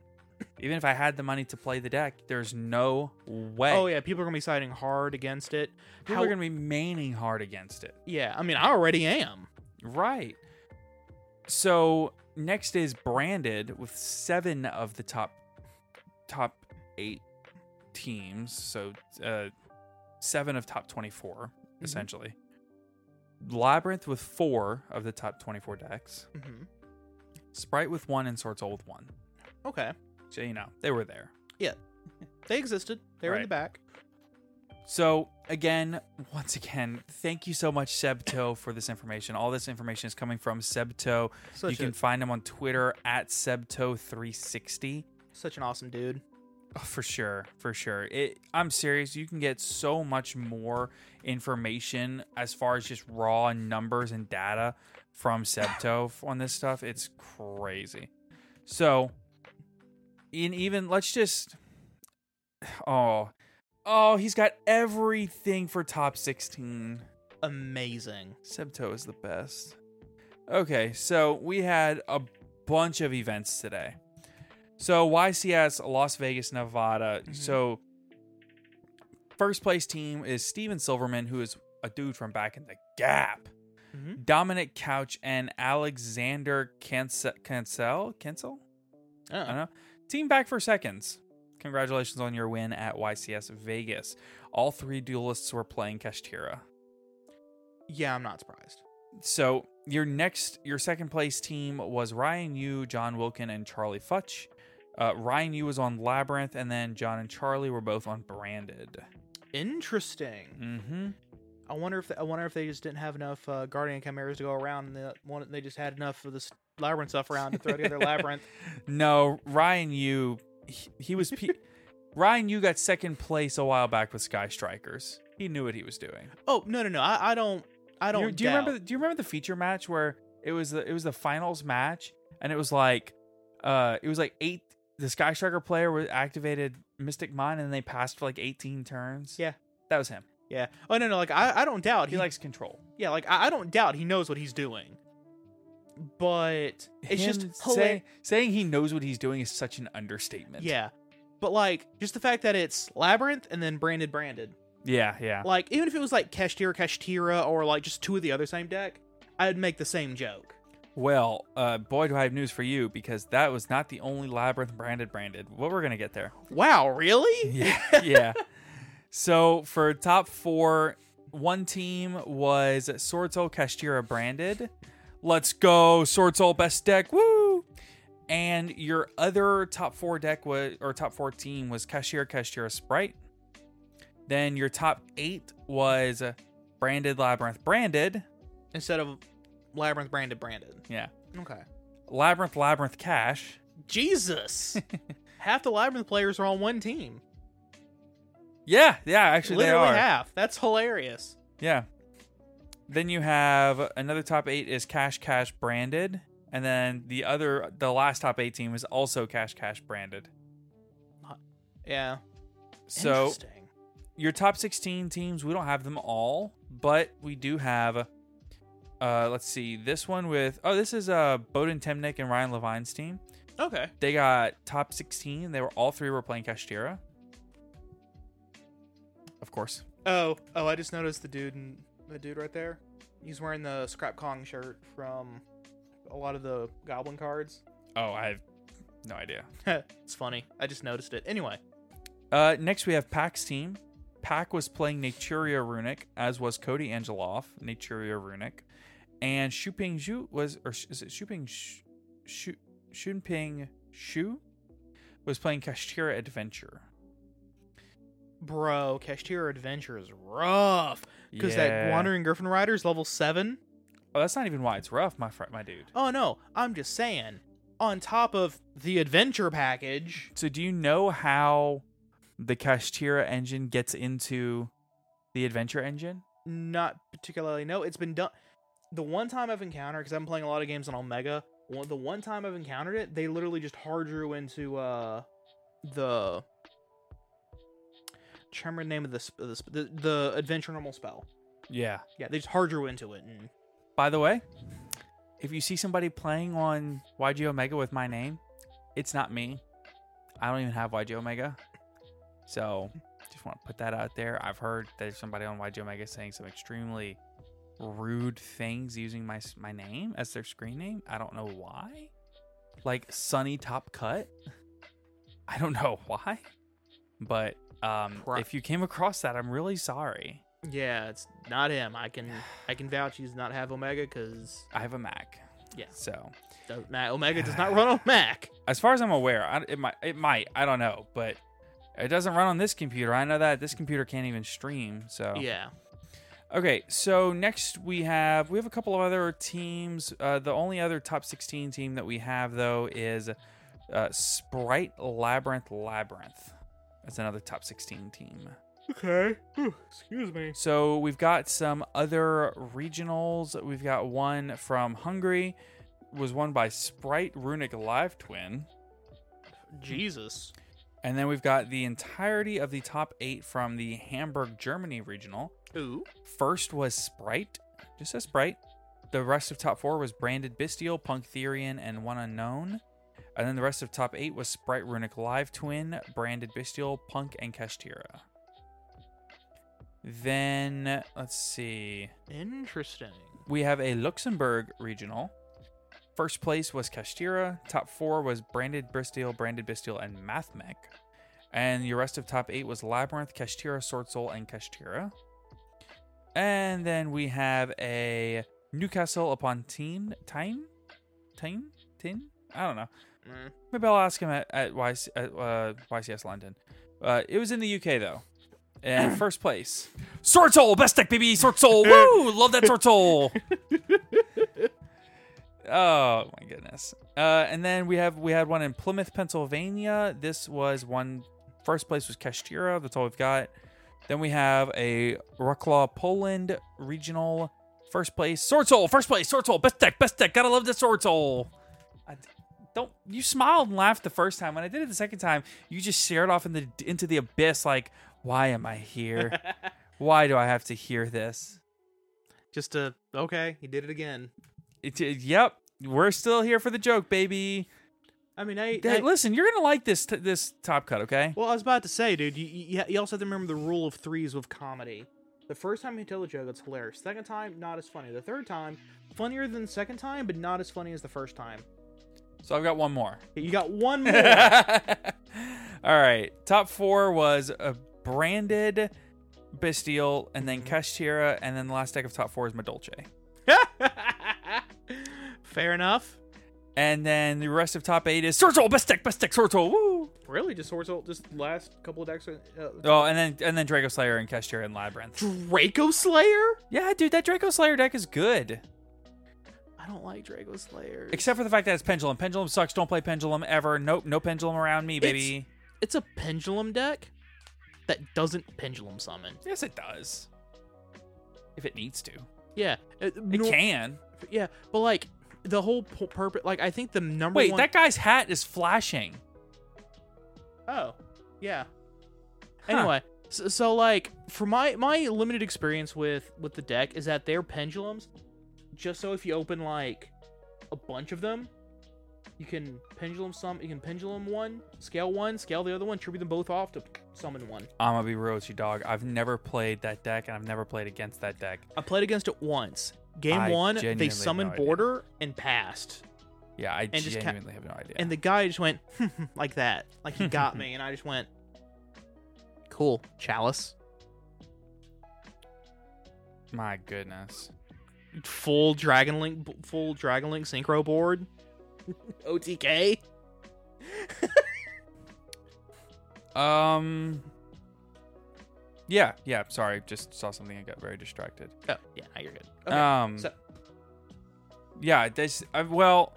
Even if I had the money to play the deck, there's no way. Oh yeah, people are gonna be siding hard against it. People are going to be maining hard against it. Yeah, I mean, I already am. Right. So next is branded with seven of the top top eight teams. So uh, seven of top twenty essentially. Labyrinth with four of the top twenty four decks. hmm Sprite with one and Sortol with one. Okay. So you know they were there. Yeah, they existed. They were in the back. So again, once again, thank you so much, Sebto, for this information. All this information is coming from Sebto. Such you can a- find him on Twitter at Sebto360. Such an awesome dude. Oh, for sure, for sure. It, I'm serious. You can get so much more information as far as just raw numbers and data from Sebto on this stuff. It's crazy. So, in even let's just oh, Oh, he's got everything for top 16. Amazing. Sebto is the best. Okay, so we had a bunch of events today. So YCS Las Vegas, Nevada. So first place team is Steven Silverman, who is a dude from back in the gap. Mhm. Dominic Couch and Alexander Cancel Cancel Cancel? Uh-uh. Oh, I don't know. Team back for seconds. Congratulations on your win at YCS Vegas. All three duelists were playing Kashtira. Yeah, I'm not surprised. So your next, your second place team was Ryan Yu, John Wilkin, and Charlie Futch. Uh, Ryan Yu was on Labyrinth, and then John and Charlie were both on Branded. Interesting. Mm-hmm. I wonder if I wonder if they just didn't have enough uh, Guardian Chimeras to go around, and the one they just had enough of this labyrinth stuff around to throw together labyrinth. No, Ryan Yu, he, he was. P- Ryan Yu got second place a while back with Sky Strikers. He knew what he was doing. Oh no no no! I, I don't I don't. You- do you remember? doubt. Do you remember the feature match where it was the it was the finals match, and it was like, uh, it was like eight. The Sky Striker player was activated Mystic Mind, and they passed for like eighteen turns. Yeah That was him. yeah. Oh no no! Like I, I don't doubt He, likes control. yeah like I, I don't doubt he knows what he's doing. But it's Him just say- hilarious. saying he knows what he's doing is such an understatement. Yeah. But like just the fact that it's labyrinth and then branded branded. yeah, yeah. Like even if it was like Keshtira Keshtira or like just two of the other same deck, I'd make the same joke. Well, uh, boy, do I have news for you because that was not the only labyrinth branded branded. What we're gonna get there? Wow, really? yeah. yeah. So for top four, one team was Swordsoul Kashira branded. Let's go, Swordsoul best deck. Woo! And your other top four deck was or top four team was Kashira Kashira Sprite. Then your top eight was Branded Labyrinth Branded. Instead of labyrinth branded branded. Yeah. Okay. Labyrinth Labyrinth Cash. Jesus. half the labyrinth players are on one team. Yeah, yeah, actually Literally they are. half. That's hilarious. Yeah. Then you have another top eight is Cash Cash branded, and then the other, the last top eight team is also Cash Cash branded. Yeah. So Interesting. your top sixteen teams, we don't have them all, but we do have. Uh, let's see this one with oh this is uh Bowden Temnick and Ryan Levine's team. Okay. They got top sixteen. They were all three were playing Kashtira. Of course. Oh, oh, I just noticed the dude and the dude right there. He's wearing the Scrap Kong shirt from a lot of the Goblin cards. Oh, I have no idea. it's funny. I just noticed it. Anyway, Uh, next, we have Pack's team. Pack was playing Naturia Runic, as was Cody Angeloff, Naturia Runic. And Shuping Zhu was, or sh- is it Shuping Shu? Shu- Shunping Shu was playing Kashtira Adventure. bro, Kashtir Adventure is rough because that Yeah. Wandering Griffin Rider is level seven. Oh, that's not even why it's rough, my fr- my dude. Oh no, I'm just saying. On top of the adventure package, So, do you know how the Kashtira engine gets into the Adventure engine? not particularly. No, it's been done. The one time I've encountered, because I've been playing a lot of games on Omega, one, the one time I've encountered it, they literally just hard drew into uh, the. Trying to remember the name of the, sp- the sp- the the adventure normal spell. Yeah. Yeah, they just hard drew into it, and By the way, if you see somebody playing on YG Omega with my name, it's not me. I don't even have YG Omega. So just want to put that out there. I've heard there's somebody on YG Omega saying some extremely rude things using my s- my name as their screen name. I don't know why. Like Sunny Top Cut. I don't know why. But um, Pro- if you came across that, I'm really sorry. yeah, it's not him. I can I can vouch he does not have Omega because I have a Mac. Yeah. So Omega does not run on Mac. as far as I'm aware, I, it might, it might, I don't know, but it doesn't run on this computer. I know that this computer can't even stream. So Yeah, Okay, so next we have we have a couple of other teams. Uh, the only other top 16 team that we have though is uh, Sprite Labyrinth Labyrinth. That's another top 16 team. Okay. Excuse me. So we've got some other regionals. We've got one from Hungary, was won by Sprite Runic Live Twin. Jesus. And then we've got the entirety of the top eight from the Hamburg, Germany regional. Ooh. First was Sprite, just says Sprite. The rest of top four was Branded Bestial, Punktherian, and One Unknown. And then the rest of top eight was Sprite Runic Live Twin, Branded Bestial, Punk, and Kashtira. Then, let's see. Interesting. We have a Luxembourg regional. First place was Kashtira. Top four was Branded Bristol, Branded Bisteel, and Mathmech. And your rest of top eight was Labyrinth, Kashtira, Sword Soul, and Kashtira. And then we have a Newcastle upon Teen Time? Time? Tin? I don't know. Mm. Maybe I'll ask him at, at, YC, at uh, YCS London. Uh, it was in the UK though. And first place. Sword Soul, best deck, baby, Sword Soul. Woo! Love that Sword Soul. oh my goodness. Uh, and then we have we had one in Plymouth, Pennsylvania. This was one first place was Kashtira, that's all we've got. Then we have a Rucklaw Poland regional first place. Sword Soul, first place, Sword Soul, best deck, best deck. Gotta love the Sword Soul. I, don't you smiled and laughed the first time when i did it the second time you just stared off in the into the abyss like why am i here why do i have to hear this Just a okay. He did it again. it, it- yep we're still here for the joke baby I mean, I, Hey, I- listen you're gonna like this t- this top cut okay Well, I was about to say, dude, you, you, you also have to remember the rule of threes with comedy. The first time you tell a joke, it's hilarious. Second time, not as funny. The third time, funnier than the second time, but not as funny as the first time. so i've got one more You got one more. All right. Top four was uh, branded Bestial, and then Kashtira, and then the last deck of top four is Madolce. Fair enough. And then the rest of top eight is Sorto, best deck, best deck, Sorto, woo! Really, just swords out just last couple of decks. Uh, Oh, and then and then Draco Slayer and Kashtira and Labyrinth. Draco Slayer? Yeah, dude, that Draco Slayer deck is good. I don't like Draco Slayer. Except for the fact that it's Pendulum. Pendulum sucks. Don't play Pendulum ever. Nope, no Pendulum around me, It's- baby. it's a pendulum deck that doesn't pendulum summon. Yes, it does. If it needs to, Yeah, it, it nor- can. Yeah, but like the whole po- purpose, like I think the number Wait, one. that guy's hat is flashing. Oh, yeah. Huh. Anyway, so, so like for my my limited experience with with the deck is that they're pendulums. Just so if you open like a bunch of them, you can pendulum some. You can pendulum one, scale one, scale the other one, tribute them both off to summon one. I'm gonna be real with you, dog. I've never played that deck, and I've never played against that deck. I played against it once. Game I one, genuinely they have summoned no idea. border and passed. Yeah, I And just ca- genuinely have no idea. And the guy just went like that, like he got me, and I just went, "Cool, chalice." My goodness. full Dragon Link, full Dragon Link synchro board. OTK. Um. Yeah, yeah. Sorry, just saw something and got very distracted. Oh yeah, now you're good. Okay, Um, so- Yeah, this. I, well,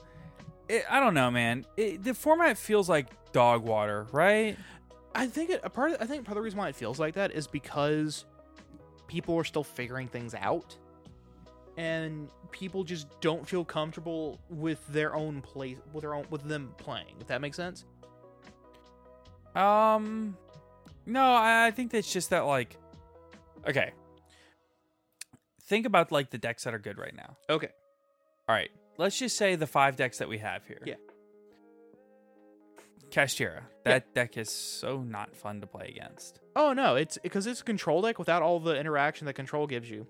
it, I don't know, man. It, the format feels like dog water, right? I think it, a part. Of, I think part of the reason why it feels like that is because people are still figuring things out, and people just don't feel comfortable with their own place, with their own, with them playing. If that makes sense. Um, no, I, I think that's just that. Like, okay, think about like the decks that are good right now. Okay. All right, let's just say the five decks that we have here. Yeah. Kashtira. That deck is so not fun to play against. Oh no, it's because it's a control deck without all the interaction that control gives you.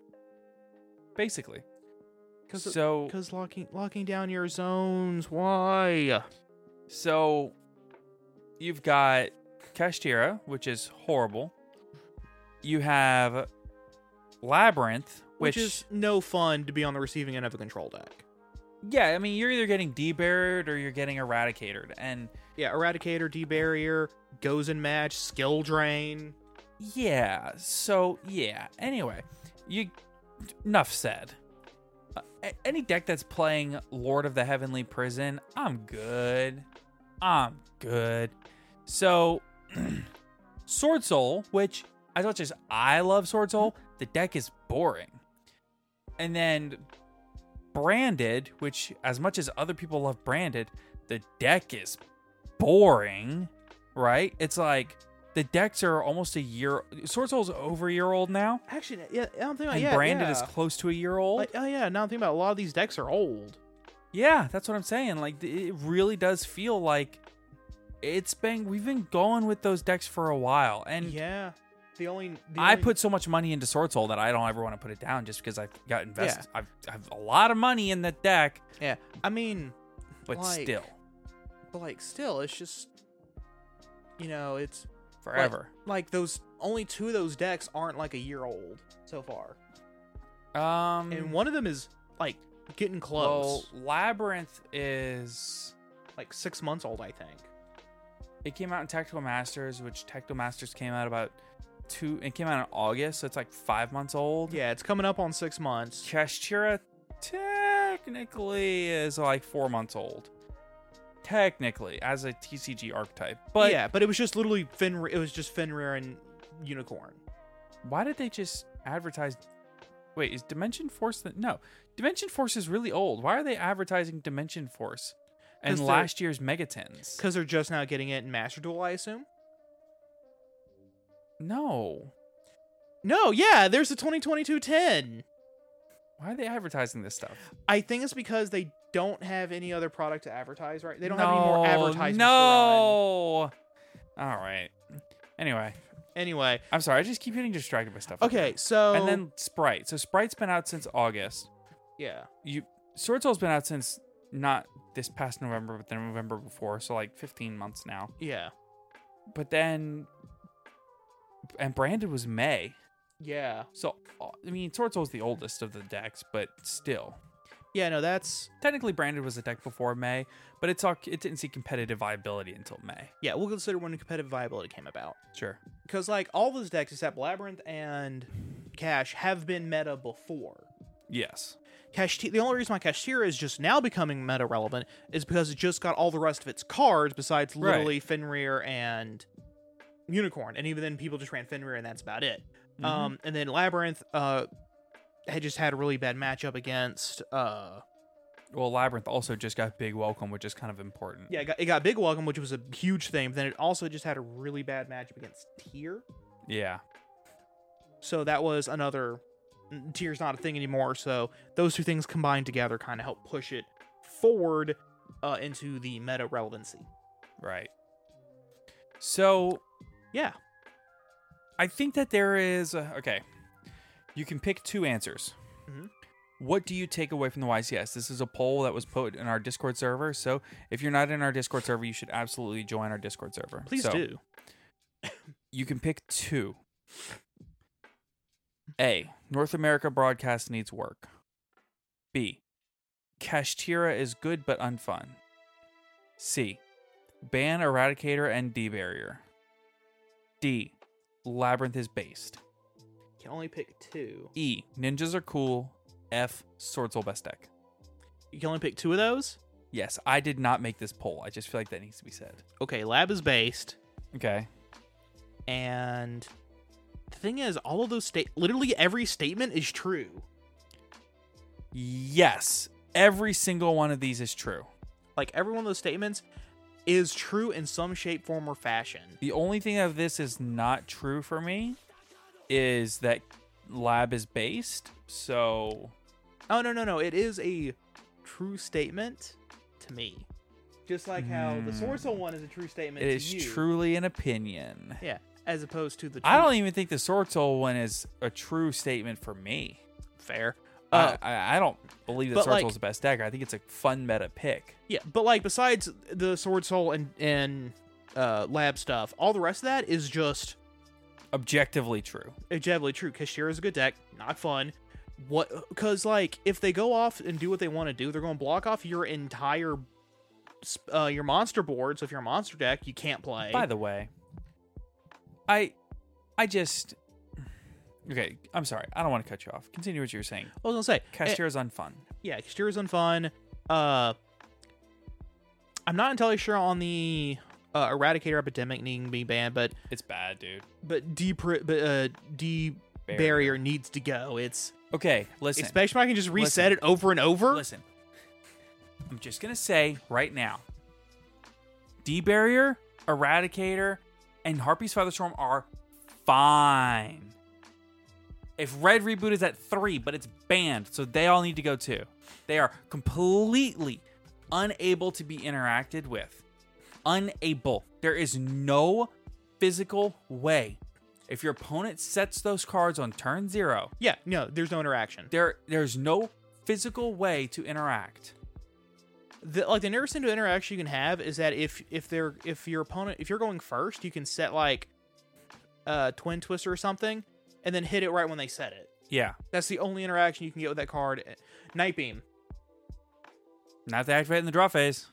Basically, Because So- because locking locking down your zones. Why? So you've got Kashtira, which is horrible. You have Labyrinth, which, which, is no fun to be on the receiving end of a control deck. yeah, I mean you're either getting debarred or you're getting eradicated. And Yeah, Eradicator, Debarrier, Goes in Match, Skill Drain. yeah, so yeah. Anyway, you enough said. Uh, a- any deck that's playing Lord of the Heavenly Prison, I'm good. I'm good. So Sword Soul, which I thought just I love Sword Soul, the deck is boring. And then Branded, which as much as other people love Branded, the deck is boring, right? It's like the decks are almost a year. Sword Soul's over a year old now, Actually, yeah, I'm thinking about and yeah, Branded is yeah. close to a year old. Like, oh yeah, now I'm thinking about it, a lot of these decks are old. yeah, that's what I'm saying. Like th- it really does feel like it's been we've been going with those decks for a while, and yeah, the only the I only- put so much money into Sword Soul that I don't ever want to put it down just because I've got invested. Yeah. I've, I've a lot of money in that deck, yeah. I mean, but Like, still, but like still, it's just you know, it's like- forever. Like, those only two of those decks aren't like a year old so far, um, and one of them is like getting close, Well, Labyrinth is like six months old, I think. it came out in Tactical Masters, which Tactical Masters came out about two. It came out in August, so it's like five months old. Yeah, it's coming up on six months. Cheshira technically is like four months old, technically as a TCG archetype. But yeah, but it was just literally Fenrir. It was just Fenrir and Unicorn. why did they just advertise? Wait, is Dimension Force? The... No, Dimension Force is really old. Why are they advertising Dimension Force 'Cause and they're- last year's Megatons? Because they're just now getting it in Master Duel, I assume. No, No, yeah, there's the 2022 10. why are they advertising this stuff? I think it's because they don't have any other product to advertise, right? They don't have any more advertisements. to run. No. All right. Anyway, Anyway, I'm sorry. I just keep getting distracted by stuff. like okay, that. so and then Sprite. So Sprite's been out since August. yeah, You Sword Soul's been out since not this past November, but the November before. So like 15 months now. yeah, But then, and Brandon was May. yeah, So uh, I mean, Sword Soul's the oldest of the decks, but still. yeah. No, that's Technically, Branded was a deck before May, but it's all, it didn't see competitive viability until May. yeah. We'll consider when competitive viability came about Sure. because like all those decks except Labyrinth and Cash have been meta before. Yes. Cash. The only reason why Cashtira is just now becoming meta relevant is because it just got all the rest of its cards besides Right. literally Fenrir and Unicorn, and even then people just ran Fenrir and that's about it. Um, and then Labyrinth uh had just had a really bad matchup against uh Well, Labyrinth also just got big welcome, which is kind of important. yeah it got, it got big welcome which was a huge thing, but then it also just had a really bad matchup against Tier. Yeah. So that was another mm, tier's not a thing anymore. So those two things combined together kind of help push it forward uh, into the meta relevancy. Right. So Yeah, I think that there is a, okay. You can pick two answers. Mhm. What do you take away from the YCS? This is a poll that was put in our Discord server. So if you're not in our Discord server, you should absolutely join our Discord server. please So do. You can pick two. A. North America broadcast needs work. B. Kashtira is good but unfun. C. Ban Eradicator and D Barrier. D. Labyrinth is based. Can only pick two. E. Ninjas are cool. F. Sword Soul best deck. You can only pick two of those. Yes, I did not make this poll. I just feel like that needs to be said. Okay, lab is based, Okay. and the thing is, all of those state literally every statement is true. Yes, every single one of these is true. Like every one of those statements is true in some shape, form, or fashion. The only thing of this is not true for me is that lab is based. So Oh no no no! It is a true statement to me. Just like how the Sword Soul one is a true statement. it to is you. truly an opinion. Yeah, as opposed to the. I true- don't even think the Sword Soul one is a true statement for me. fair. Uh, Uh, I, I don't believe that but, Sword like- Soul's the best deck. I think it's a fun meta pick. yeah, but like besides the Sword Soul and and uh, lab stuff, all the rest of that is just Objectively true. objectively true. Kashira is a good deck, not fun. What? Because like if they go off and do what they want to do, they're going to block off your entire. sp- Uh, your monster board. So if you're a monster deck, you can't play. By the way, I I just Okay, I'm sorry. I don't want to cut you off. Continue what you were saying. I was gonna say, eh, Cashier is unfun. yeah, Kastira's unfun. Uh, I'm not entirely sure on the uh, Eradicator Epidemic needing to be banned, but It's bad, dude. but D but uh, D barrier. Barrier. needs to go. It's Okay, listen. especially if I can just Listen. reset it over and over. Listen, I'm just gonna say right now, D barrier, Eradicator, and Harpy's Featherstorm are fine. If Red Reboot is at three, but it's banned, so they all need to go too. They are completely unable to be interacted with. Unable. There is no physical way. If your opponent sets those cards on turn zero, Yeah, no, there's no interaction. there there's no physical way to interact. the, like the nearest into interaction you can have is that if if they're if your opponent if you're going first, you can set like uh twin twister or something, and then hit it right when they set it. Yeah. That's the only interaction you can get with that card. Night beam. Not to activate in the draw phase.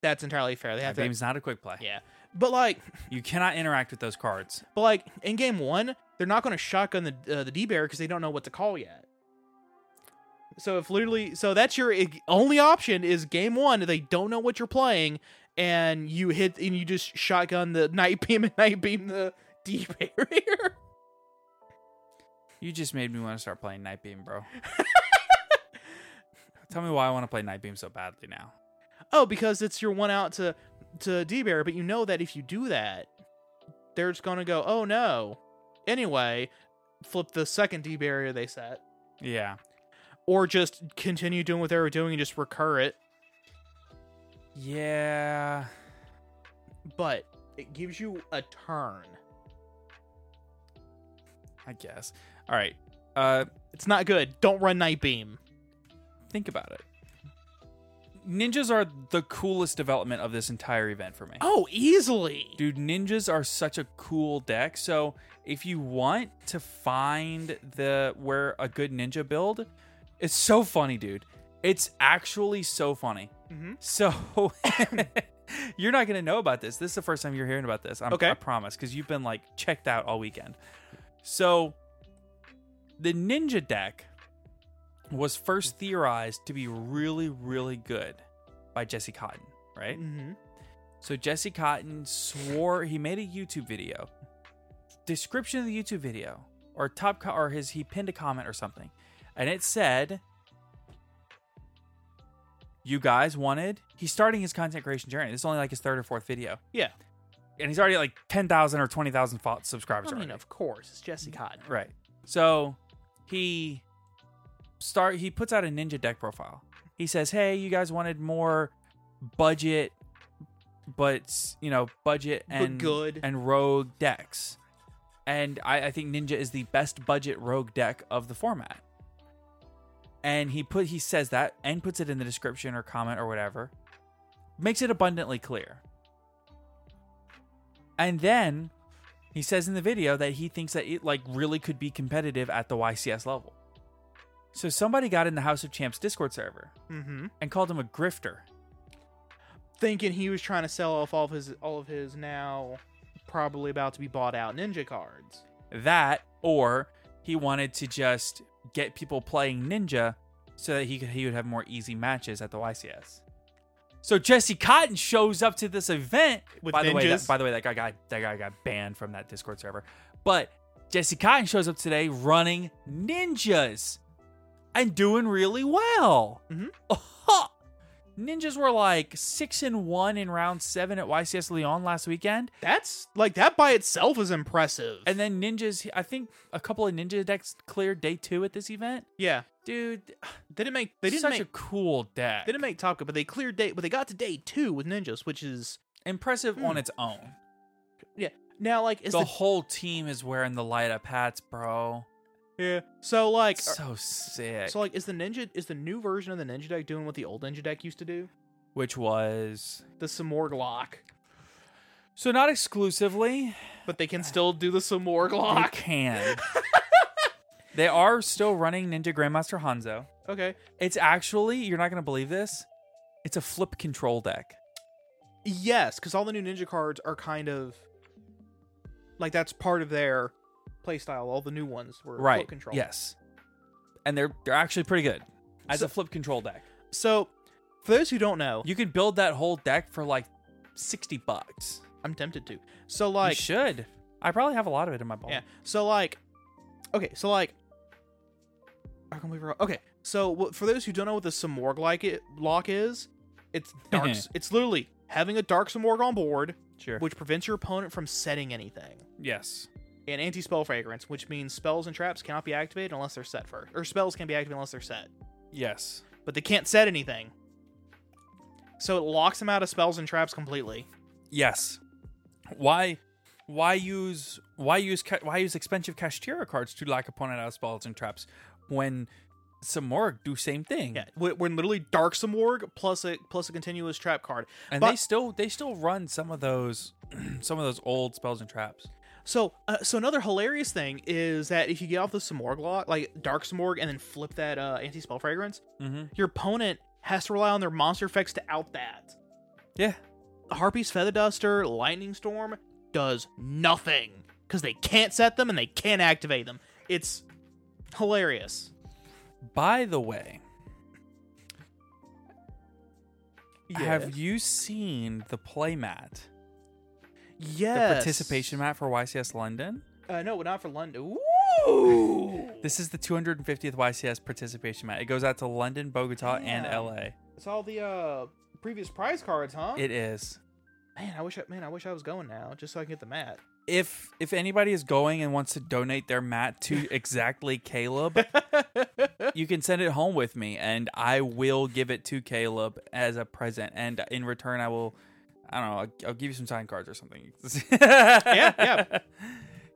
That's entirely fair. They have That to, game's not a quick play. yeah. But like, You cannot interact with those cards. but like in game one, they're not going to shotgun the uh, the D bear because they don't know what to call yet. So if literally, so that's your ig- only option is game one. They don't know what you're playing, and you hit and you just shotgun the night beam and night beam the D barrier. You just made me want to start playing Nightbeam, bro. Tell me why I want to play Nightbeam so badly now. oh, because it's your one out to to D bear, but you know that if you do that, they're just gonna go, oh no. Anyway, flip the second D barrier they set. Yeah. or just continue doing what they were doing and just recur it. Yeah. But it gives you a turn. I guess. All right. Uh It's not good. Don't run Night Beam. think about it. Ninjas are the coolest development of this entire event for me. Oh, easily. Dude, ninjas are such a cool deck. So if you want to find the where a good ninja build, it's so funny, dude. It's actually so funny. Mm-hmm. So you're not gonna know about this. This is the first time you're hearing about this. I'm, Okay. I promise, because you've been like checked out all weekend. So the ninja deck was first theorized to be really, really good by Jesse Cotton, right? Mm-hmm. So Jesse Cotton swore he made a YouTube video. Description of the YouTube video or top co- or his he pinned a comment or something, and it said, "You guys wanted." He's starting his content creation journey. This is only like his third or fourth video, Yeah. and he's already at like ten thousand or twenty thousand fo- subscribers. I mean, already. of course, it's Jesse Cotton. Right. So he start he puts out a ninja deck profile. He says, "Hey, you guys wanted more budget, but you know, budget But and good. and rogue decks." And I, I think ninja is the best budget rogue deck of the format. And he put he says that and puts it in the description or comment or whatever, makes it abundantly clear. And then he says in the video that he thinks that it like really could be competitive at the YCS level. So somebody got in the House of Champs Discord server Mm-hmm. and called him a grifter. Thinking he was trying to sell off all of his all of his now probably about to be bought out ninja cards. That or he wanted to just get people playing Ninja so that he could he would have more easy matches at the YCS. So Jesse Cotton shows up to this event. With by the way, that, ninjas? by the way, that guy got that guy got banned from that Discord server. But Jesse Cotton shows up today running ninjas and doing really well. Mhm. Ninjas were like six and one in round seven at YCS Leon last weekend. That's like that by itself is impressive. And then ninjas, I think a couple of ninja decks cleared day two at this event. yeah, Dude, they didn't make they didn't such make a cool deck. they didn't make top cut, but they cleared day, but they got to day two with ninjas, which is Impressive Hmm. on its own. yeah. Now like is the, the, whole team is wearing the light up hats, bro. yeah. So like are- uh, so sick. So like, is the ninja is the new version of the ninja deck doing what the old ninja deck used to do? Which was The Samorglock, so not exclusively. but they can still do the You Samorglock. can. they are still running Ninja Grandmaster Hanzo. Okay. It's actually you're not gonna believe this. It's a flip control deck. Yes, because all the new ninja cards are kind of like that's part of their playstyle. All the new ones were foot Right. control. Yes. And they're they're actually pretty good as So- a flip control deck. So for those who don't know, You could build that whole deck for like 60 bucks. I'm tempted to. So you like, should. I probably have a lot of it in my bowl. yeah. So like, okay. So like, I can believe Okay. So wh- for those who don't know what the Samorg like it lock is, it's dark. s- it's literally having a dark Samorg on board. Sure. which prevents your opponent from setting anything. yes. And anti spell fragrance, which means spells and traps cannot be activated unless they're set first, or spells can be activated unless they're set, Yes. but they can't set anything. So it locks them out of spells and traps completely. Hmm. Yes. Why why use why use ca- why use expensive Kashtira cards to lock opponent out of spells and traps when some more do same thing? Yeah, we're we're literally Dark Samorg plus a plus a continuous trap card. And but, they still they still run some of those some of those old spells and traps. So, uh, so another hilarious thing is that if you get off the Samorg lock, like Dark Samorg, and then flip that uh, anti spell fragrance, Mhm. your opponent has to rely on their monster effects to out that. Yeah. Harpy's Feather Duster, Lightning Storm does nothing because they can't set them and they can't activate them. It's hilarious. By the way, have you seen the playmat? yes The participation mat for YCS London? Uh, no, not for London. Ooh, This is the 250th YCS participation mat. It goes out to London, Bogota, Damn. and LA. it's all the uh, previous prize cards, huh? It is. man, I wish, I, man, I wish I was going now just so I can get the mat. If if anybody is going and wants to donate their mat to exactly Caleb, you can send it home with me and I will give it to Caleb as a present and in return I will I don't know, I'll, I'll give you some sign cards or something. yeah, yeah.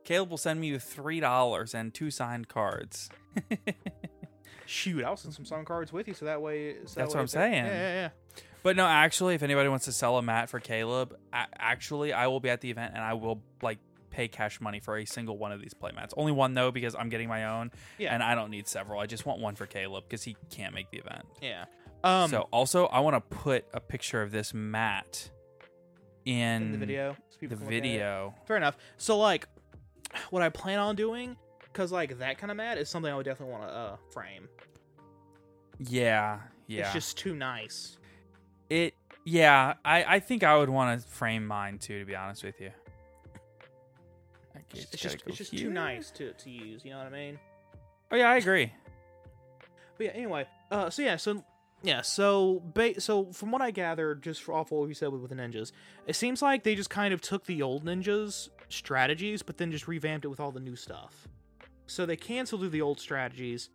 Caleb will send me $3 and two signed cards. Shoot, I'll send some song cards with you, so that way. So that That's way what I'm if they- saying. Yeah, yeah, yeah. But no, actually, if anybody wants to sell a mat for Caleb, a- actually, I will be at the event and I will like pay cash money for a single one of these play mats. Only one though, because I'm getting my own, Yeah. and I don't need several. I just want one for Caleb because he can't make the event. Yeah. Um, so also, I want to put a picture of this mat in, in the video, so The people can look at it. video. Fair enough. So like, what I plan on doing, because like that kind of mat is something I would definitely want to uh, frame. Yeah, yeah. It's just too nice. it. Yeah, I I think I would want to frame mine too. To be honest with you. Okay, It's, gotta just go it's just here. too nice to, to use. You know what I mean? Oh yeah, I agree. But yeah. Anyway. Uh. So yeah. So. Yeah, so ba- so from what I gathered, just for off what you said with, with the ninjas, it seems like they just kind of took the old ninjas strategies, but then just revamped it with all the new stuff. So they can still do the old strategies.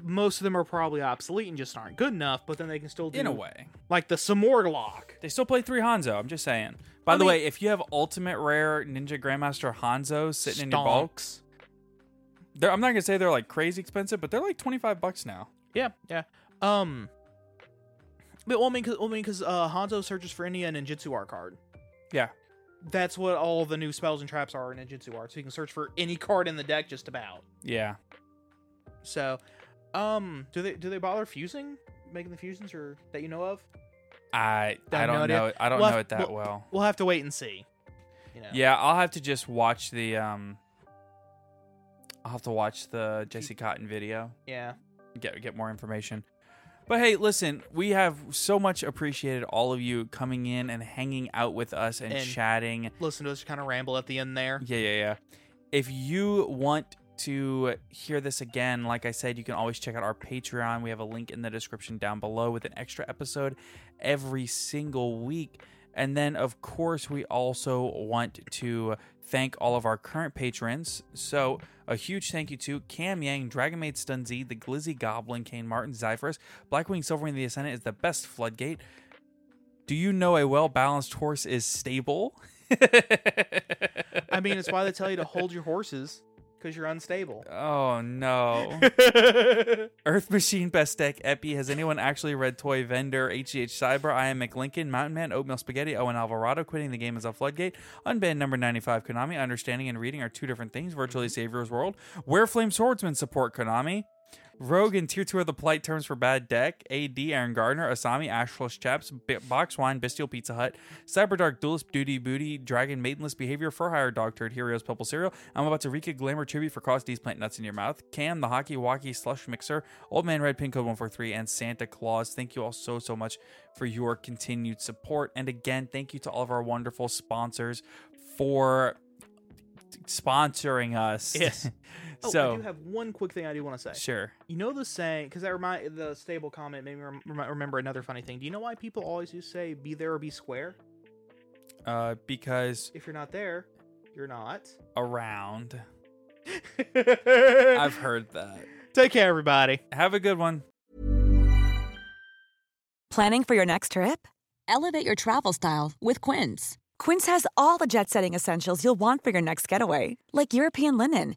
Most of them are probably obsolete and just aren't good enough, but then they can still do In a way. like the Samorg lock. They still play three Hanzo. I'm just saying. By I the mean- way, if you have ultimate rare Ninja Grandmaster Hanzo sitting in your Stonks. bulks, they're, I'm not gonna say they're like crazy expensive, but they're like 25 bucks now. Yeah, yeah. Um, but well, I mean, cause, well, I mean, 'cause, uh, Hanzo searches for any uh, ninjutsu art card. Yeah, That's what all the new spells and traps are in ninjutsu art. So you can search for any card in the deck, just about. yeah. So, um, do they do they bother fusing, making the fusions, or that you know of? I I I have no don't idea. know. I don't know We'll have- it that we'll- well. We'll have to wait and see. You know. Yeah, I'll have to just watch the um. I'll have to watch the Jesse Cotton video. Yeah. get get more information. But hey, listen, we have so much appreciated all of you coming in and hanging out with us and And- chatting Listen to us kind of ramble at the end there. Yeah, yeah, yeah. If you want to hear this again, like I said, you can always check out our Patreon. We have a link in the description down below with an extra episode every single week. And then, of course, we also want to thank all of our current patrons. So, a huge thank you to Cam Yang, Dragon Maid Stunzee, the Glizzy Goblin, Kane Martin, Zyphorus, Blackwing Silverwing, the Ascendant is the best floodgate. Do you know a well balanced horse is stable? I mean, it's why they tell you to hold your horses because you're unstable. Oh no. Earth Machine Best Deck Epi. Has anyone actually read Toy Vendor, HGH Cyber, I Am McLincoln, Mountain Man, Oatmeal Spaghetti, Owen Alvarado, Quitting the Game is a Floodgate, Unbanned Number 95 Konami, Understanding and Reading are two different things, Virtually Savior's World, Where Flame Swordsman support Konami, Rogue and Tier 2 are the polite terms for bad deck. AD, Aaron Gardner, Asami, Ashless Chaps, B- Box Wine, Bestial Pizza Hut, Cyber Dark Duelist, Duty Booty, Dragon Maidenless Behavior, For Hire Dog Turd, Heroes, Purple Cereal. I'm about to wreak a glamour tribute for Cause D's Plant Nuts in Your Mouth, Cam, the Hockey Walkie Slush Mixer, Old Man Red Pin Code 143, and Santa Claus. Thank you all so, so much for your continued support. And again, thank you to all of our wonderful sponsors for sponsoring us. Yes. Oh, so, I do have one quick thing I do want to say. sure. You know the saying because that remind the stable comment made me rem- rem- remember another funny thing. Do you know why people always do say "be there or be square"? uh, because If you're not there, you're not. around. I've I've heard that. Take care, everybody. Have a good one. Planning for your next trip? Elevate your travel style with Quince. Quince has all the jet setting essentials you'll want for your next getaway, like European linen,